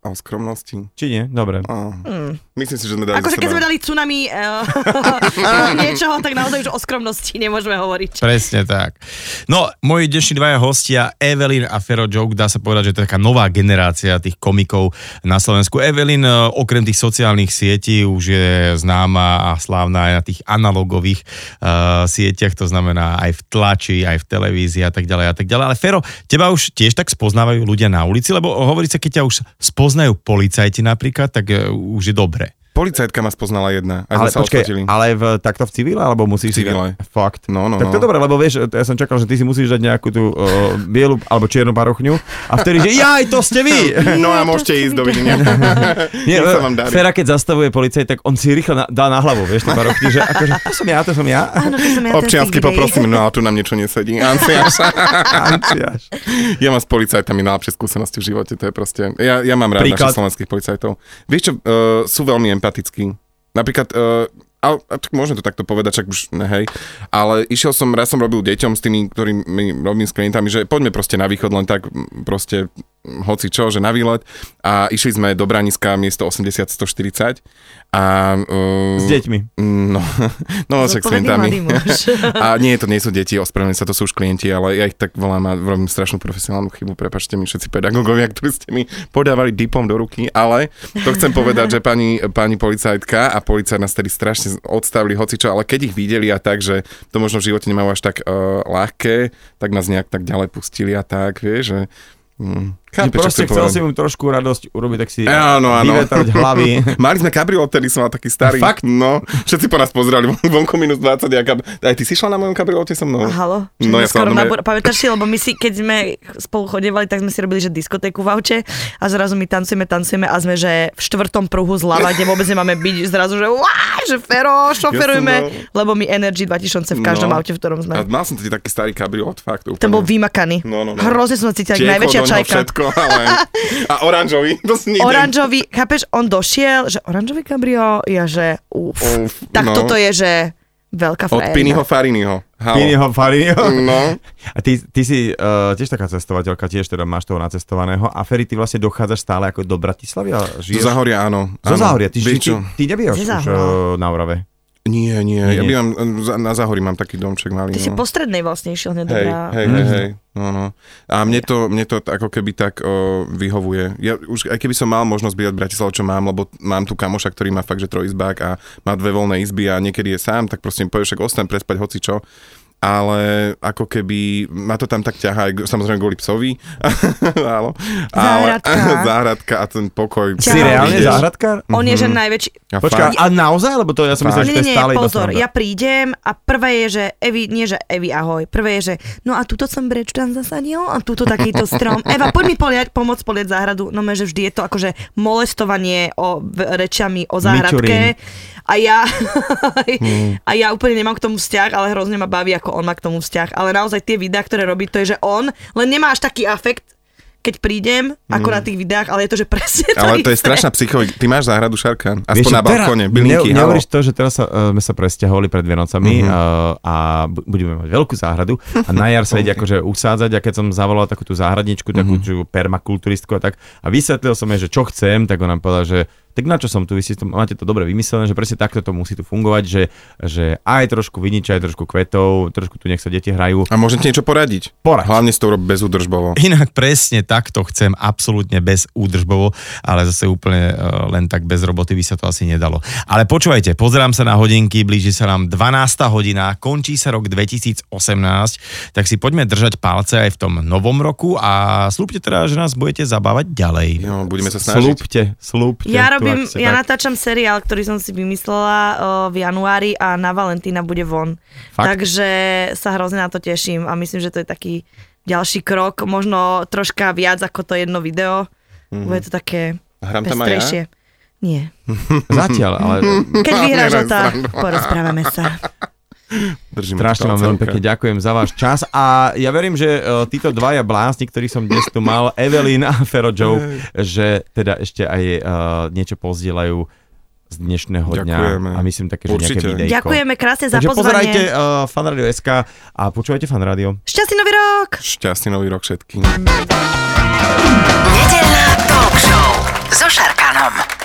[SPEAKER 4] O skromnosti.
[SPEAKER 2] Či nie? Dobre.
[SPEAKER 4] Á.
[SPEAKER 1] No.
[SPEAKER 3] Mm.
[SPEAKER 4] Myslím si, že sme dali
[SPEAKER 3] Akože
[SPEAKER 4] za
[SPEAKER 3] keď
[SPEAKER 4] seba.
[SPEAKER 3] sme dali tsunami eh,
[SPEAKER 4] *laughs*
[SPEAKER 3] *laughs* niečoho, tak naozaj už o skromnosti nemôžeme hovoriť.
[SPEAKER 1] Presne tak. No, moji dnešní dvaja hostia, Evelyn a Fero Joke, dá sa povedať, že to je taká nová generácia tých komikov na Slovensku. Evelyn e, okrem tých sociálnych sietí už je známa a slávna aj na tých analogových uh, sieťach, to znamená aj v tlači, aj v televízii a tak ďalej a tak ďalej. Ale Fero, teba už tiež tak spoznávajú ľudia na ulici, lebo hovorí sa, keď ťa už spoznajú policajti napríklad, tak e, už je dobre.
[SPEAKER 4] Policajtka ma spoznala jedna. Aj
[SPEAKER 2] Ale
[SPEAKER 4] ale sa
[SPEAKER 2] počkaj,
[SPEAKER 4] odfotili.
[SPEAKER 2] ale v, takto v civile, alebo musíš... si-
[SPEAKER 4] Civile.
[SPEAKER 2] Fakt.
[SPEAKER 4] No, no,
[SPEAKER 2] tak to
[SPEAKER 4] no.
[SPEAKER 2] je dobré, lebo vieš, ja som čakal, že ty si musíš dať nejakú tú uh, bielu alebo čiernu parochňu a vtedy, že jaj, to ste vy!
[SPEAKER 4] No
[SPEAKER 3] *laughs*
[SPEAKER 4] a môžete ísť, dovidenia.
[SPEAKER 2] Nie, e,
[SPEAKER 4] *laughs* Nech sa vám darí.
[SPEAKER 2] Fera, keď zastavuje policaj, tak on si rýchlo na, dá na hlavu, vieš, tú parochňu, že akože, to som ja, to som ja. *laughs*
[SPEAKER 3] Áno, to som ja to z tých
[SPEAKER 4] Občiansky
[SPEAKER 3] videí.
[SPEAKER 4] poprosím, no a tu nám niečo
[SPEAKER 3] *laughs*
[SPEAKER 4] nesedí. Anciáš.
[SPEAKER 2] Anciáš.
[SPEAKER 4] *laughs* Ja mám s policajtami najlepšie skúsenosti v živote, to je proste... Ja, ja mám rád
[SPEAKER 2] Príklad?
[SPEAKER 4] našich slovenských policajtov. Vieš čo, uh, sú veľmi empatickí. Napríklad, uh, ale, a tak môžem to takto povedať, čak už ne, hej, ale išiel som, raz som robil deťom s tými, ktorými robím s klientami, že poďme proste na východ len tak, m, proste hoci čo, že na výlet a išli sme do Braniska miesto 80-140 a... Uh,
[SPEAKER 2] S deťmi.
[SPEAKER 4] No, *laughs* no však s
[SPEAKER 3] Zodpovedný mladý
[SPEAKER 4] klientami.
[SPEAKER 3] muž.
[SPEAKER 4] *laughs* A nie, to nie sú deti, ospravedlňujem sa, to sú už klienti, ale ja ich tak volám a robím strašnú profesionálnu chybu, prepačte mi všetci pedagógovia, ktorí ste mi podávali dipom do ruky, ale to chcem povedať, že pani, pani policajtka a policajt nás tedy strašne odstavili hocičo, ale keď ich videli a tak, že to možno v živote nemajú až tak uh, ľahké, tak nás nejak tak ďalej pustili a tak, vieš, že... Mm,
[SPEAKER 2] Že
[SPEAKER 4] chápeš, čo
[SPEAKER 2] proste
[SPEAKER 4] chcem
[SPEAKER 2] chcel
[SPEAKER 4] povedať.
[SPEAKER 2] si mu trošku radosť urobiť, tak si
[SPEAKER 4] Áno, áno.
[SPEAKER 2] vyvetať
[SPEAKER 4] *laughs*
[SPEAKER 2] hlavy.
[SPEAKER 4] Mali sme kabriolet, tedy som mal taký starý.
[SPEAKER 2] Fakt?
[SPEAKER 4] No, všetci po nás pozerali, *laughs* vonku minus 20. Ja kab... Aj ty si šla na mojom kabriolete so mnou?
[SPEAKER 3] Halo?
[SPEAKER 4] No, ja
[SPEAKER 3] skoro
[SPEAKER 4] som na
[SPEAKER 3] nabor, pamätáš si, lebo my si, keď sme spolu chodevali, tak sme si robili, že diskotéku v aute a zrazu my tancujeme, tancujeme a sme, že v štvrtom pruhu zľava, kde vôbec nemáme byť, zrazu, že uá, že fero, šoferujme,
[SPEAKER 4] Ja som
[SPEAKER 3] lebo my Energy 2000 v každom
[SPEAKER 4] No.
[SPEAKER 3] aute, v ktorom
[SPEAKER 4] A
[SPEAKER 3] sme.
[SPEAKER 4] mal som tedy taký starý kabriolet, fakt úplne.
[SPEAKER 3] Ten bol vymakaný.
[SPEAKER 4] No, no, no.
[SPEAKER 3] Hrozne som sa cítila, ako
[SPEAKER 4] Tieklo
[SPEAKER 3] najväčšia
[SPEAKER 4] do neho
[SPEAKER 3] čajka.
[SPEAKER 4] Všetko, ale...
[SPEAKER 3] *laughs*
[SPEAKER 4] A oranžový, to si nikde...
[SPEAKER 3] Oranžový, chápeš, on došiel, že oranžový kabrio, ja že uf.
[SPEAKER 4] Uf,
[SPEAKER 3] tak
[SPEAKER 4] no.
[SPEAKER 3] toto je, že veľká
[SPEAKER 4] Od
[SPEAKER 3] frajerina.
[SPEAKER 4] Piniho Fariniho. Halo.
[SPEAKER 2] Piniho, Fariniho.
[SPEAKER 4] No,
[SPEAKER 2] A ty, ty si uh, tiež taká cestovateľka, tiež teda máš toho nacestovaného. A Ferry, ty vlastne dochádzaš stále ako do Bratislavy a
[SPEAKER 4] zo
[SPEAKER 2] žiješ...
[SPEAKER 4] Zahoria, áno.
[SPEAKER 2] Zo
[SPEAKER 4] áno.
[SPEAKER 2] Záhoria. Ty,
[SPEAKER 4] Vieš
[SPEAKER 2] ty, ty,
[SPEAKER 4] čo?
[SPEAKER 2] ty nebývaš
[SPEAKER 3] Ze
[SPEAKER 2] už
[SPEAKER 3] Záhoria.
[SPEAKER 2] uh, na Orave.
[SPEAKER 4] Nie, nie,
[SPEAKER 2] Nie,
[SPEAKER 4] ja
[SPEAKER 2] nie.
[SPEAKER 4] bývam, e, za- na Zahori mám taký domček malý.
[SPEAKER 3] Ty si
[SPEAKER 4] no.
[SPEAKER 3] po strednej vlastne išiel hneď do
[SPEAKER 4] Hej,
[SPEAKER 2] Teda
[SPEAKER 3] Bra-
[SPEAKER 4] hej,
[SPEAKER 2] Mhm.
[SPEAKER 4] hej, hej. No, no. A mne to, mne to ako keby tak o, vyhovuje. Ja už, aj keby som mal možnosť bývať v Bratislave, čo mám, lebo mám tu kamoša, ktorý má fakt, že trojizbák a má dve voľné izby a niekedy je sám, tak proste mi povie, však ostaň prespať hoci čo. Ale ako keby, ma to tam tak ťahá, aj g- samozrejme kvôli psovi. *laughs* Áno. Ale-
[SPEAKER 3] Záhradka.
[SPEAKER 4] *laughs* záhradka a ten pokoj.
[SPEAKER 3] Si
[SPEAKER 2] Si
[SPEAKER 3] Áno,
[SPEAKER 2] reálne
[SPEAKER 3] ideš.
[SPEAKER 2] záhradkár? Hm.
[SPEAKER 3] On je, že najväčší,
[SPEAKER 4] Mhm. Ja
[SPEAKER 2] Počkaj,
[SPEAKER 4] fakt.
[SPEAKER 2] a naozaj? Lebo to ja som myslel, že
[SPEAKER 3] nie,
[SPEAKER 2] to je
[SPEAKER 3] nie, nie,
[SPEAKER 2] stále iba
[SPEAKER 3] pozor,
[SPEAKER 2] sranda.
[SPEAKER 3] ja prídem a prvé je, že Evi, nie že Evi, ahoj, prvé je, že no a tuto som brečtan zasadil a tuto takýto
[SPEAKER 2] *laughs*
[SPEAKER 3] strom. Eva, poď mi poliať, pomôcť poliať záhradu. No že vždy je to akože molestovanie o v- rečami o záhradke. A ja, *laughs*
[SPEAKER 2] Hmm.
[SPEAKER 3] a ja úplne nemám k tomu vzťah, ale hrozne ma baví, ako on má k tomu vzťah. Ale naozaj tie videá, ktoré robí, to je, že on len nemá až taký afekt, keď prídem, ako
[SPEAKER 2] Hmm.
[SPEAKER 3] na tých videách, ale je to, že presne to
[SPEAKER 4] Ale to je
[SPEAKER 3] isté.
[SPEAKER 4] strašná psychovi. Ty máš záhradu, Šarka?
[SPEAKER 2] Vieš
[SPEAKER 4] Aspoň
[SPEAKER 2] čo,
[SPEAKER 4] na balkóne,
[SPEAKER 2] ne,
[SPEAKER 4] bylinky, halo.
[SPEAKER 2] Nehovoríš to, že teraz sa, uh, sme sa presťahovali pred Vianocami uh-huh. uh, a bu- budeme mať veľkú záhradu a na jar *laughs* sa ide akože usádzať a keď som zavolal takú tú záhradničku, takú tú permakulturistku a tak a vysvetlil som jej, že čo chcem, tak ona povedala, že tak na čo som tu, vy si to, máte to dobre vymyslené, že presne takto to musí tu fungovať, že, že aj trošku viniča, aj trošku kvetov, trošku tu nech sa deti hrajú.
[SPEAKER 4] A môžem ti niečo poradiť?
[SPEAKER 2] Poraď.
[SPEAKER 4] Hlavne s tou rob bezúdržbovo.
[SPEAKER 1] Inak presne takto chcem, absolútne bez údržbovo, ale zase úplne e, len tak bez roboty by sa to asi nedalo. Ale počúvajte, pozerám sa na hodinky, blíži sa nám 12. hodina, končí sa rok 2018, tak si poďme držať palce aj v tom novom roku a slúbte teda, že nás budete zabávať ďalej.
[SPEAKER 4] Jo, No, budeme sa snažiť.
[SPEAKER 2] Slúbte, slúbte.
[SPEAKER 3] Ja
[SPEAKER 2] tu,
[SPEAKER 3] robím,
[SPEAKER 2] ak sa
[SPEAKER 3] ja
[SPEAKER 2] tak-
[SPEAKER 3] natáčam seriál, ktorý som si vymyslela o, v januári a na Valentína bude von.
[SPEAKER 2] Fakt?
[SPEAKER 3] Takže sa hrozne na to teším a myslím, že to je taký ďalší krok, možno troška viac ako to jedno video.
[SPEAKER 2] Mhm.
[SPEAKER 3] Mm-hmm. Bude to také
[SPEAKER 4] Hrám tam aj ja?
[SPEAKER 3] pestrejšie.
[SPEAKER 2] *laughs*
[SPEAKER 3] Nie.
[SPEAKER 2] Zatiaľ,
[SPEAKER 3] *laughs*
[SPEAKER 2] ale
[SPEAKER 3] Keď
[SPEAKER 4] Hlavne
[SPEAKER 3] vyhráš
[SPEAKER 4] raz
[SPEAKER 3] tá,
[SPEAKER 4] srandu.
[SPEAKER 3] porozprávame sa.
[SPEAKER 4] Držíme
[SPEAKER 2] Strašne vám
[SPEAKER 4] palce,
[SPEAKER 2] veľmi
[SPEAKER 4] Luka.
[SPEAKER 2] pekne ďakujem za váš čas a ja verím, že e, títo dvaja blázni, ktorých som dnes tu
[SPEAKER 4] *laughs*
[SPEAKER 2] mal, Evelyn a Fero Joe, že teda ešte aj e, niečo pozdieľajú z dnešného dňa
[SPEAKER 4] Ďakujeme.
[SPEAKER 2] a myslím také, že nejaké
[SPEAKER 4] Určite.
[SPEAKER 2] videjko.
[SPEAKER 3] Ďakujeme krásne za
[SPEAKER 2] Takže pozerajte
[SPEAKER 3] pozvanie.
[SPEAKER 2] uh, Fanradio SK a počúvajte Fanradio.
[SPEAKER 3] Šťastný nový rok!
[SPEAKER 4] Šťastný nový rok všetkým.
[SPEAKER 5] Nedelná talk show so Šarkanom.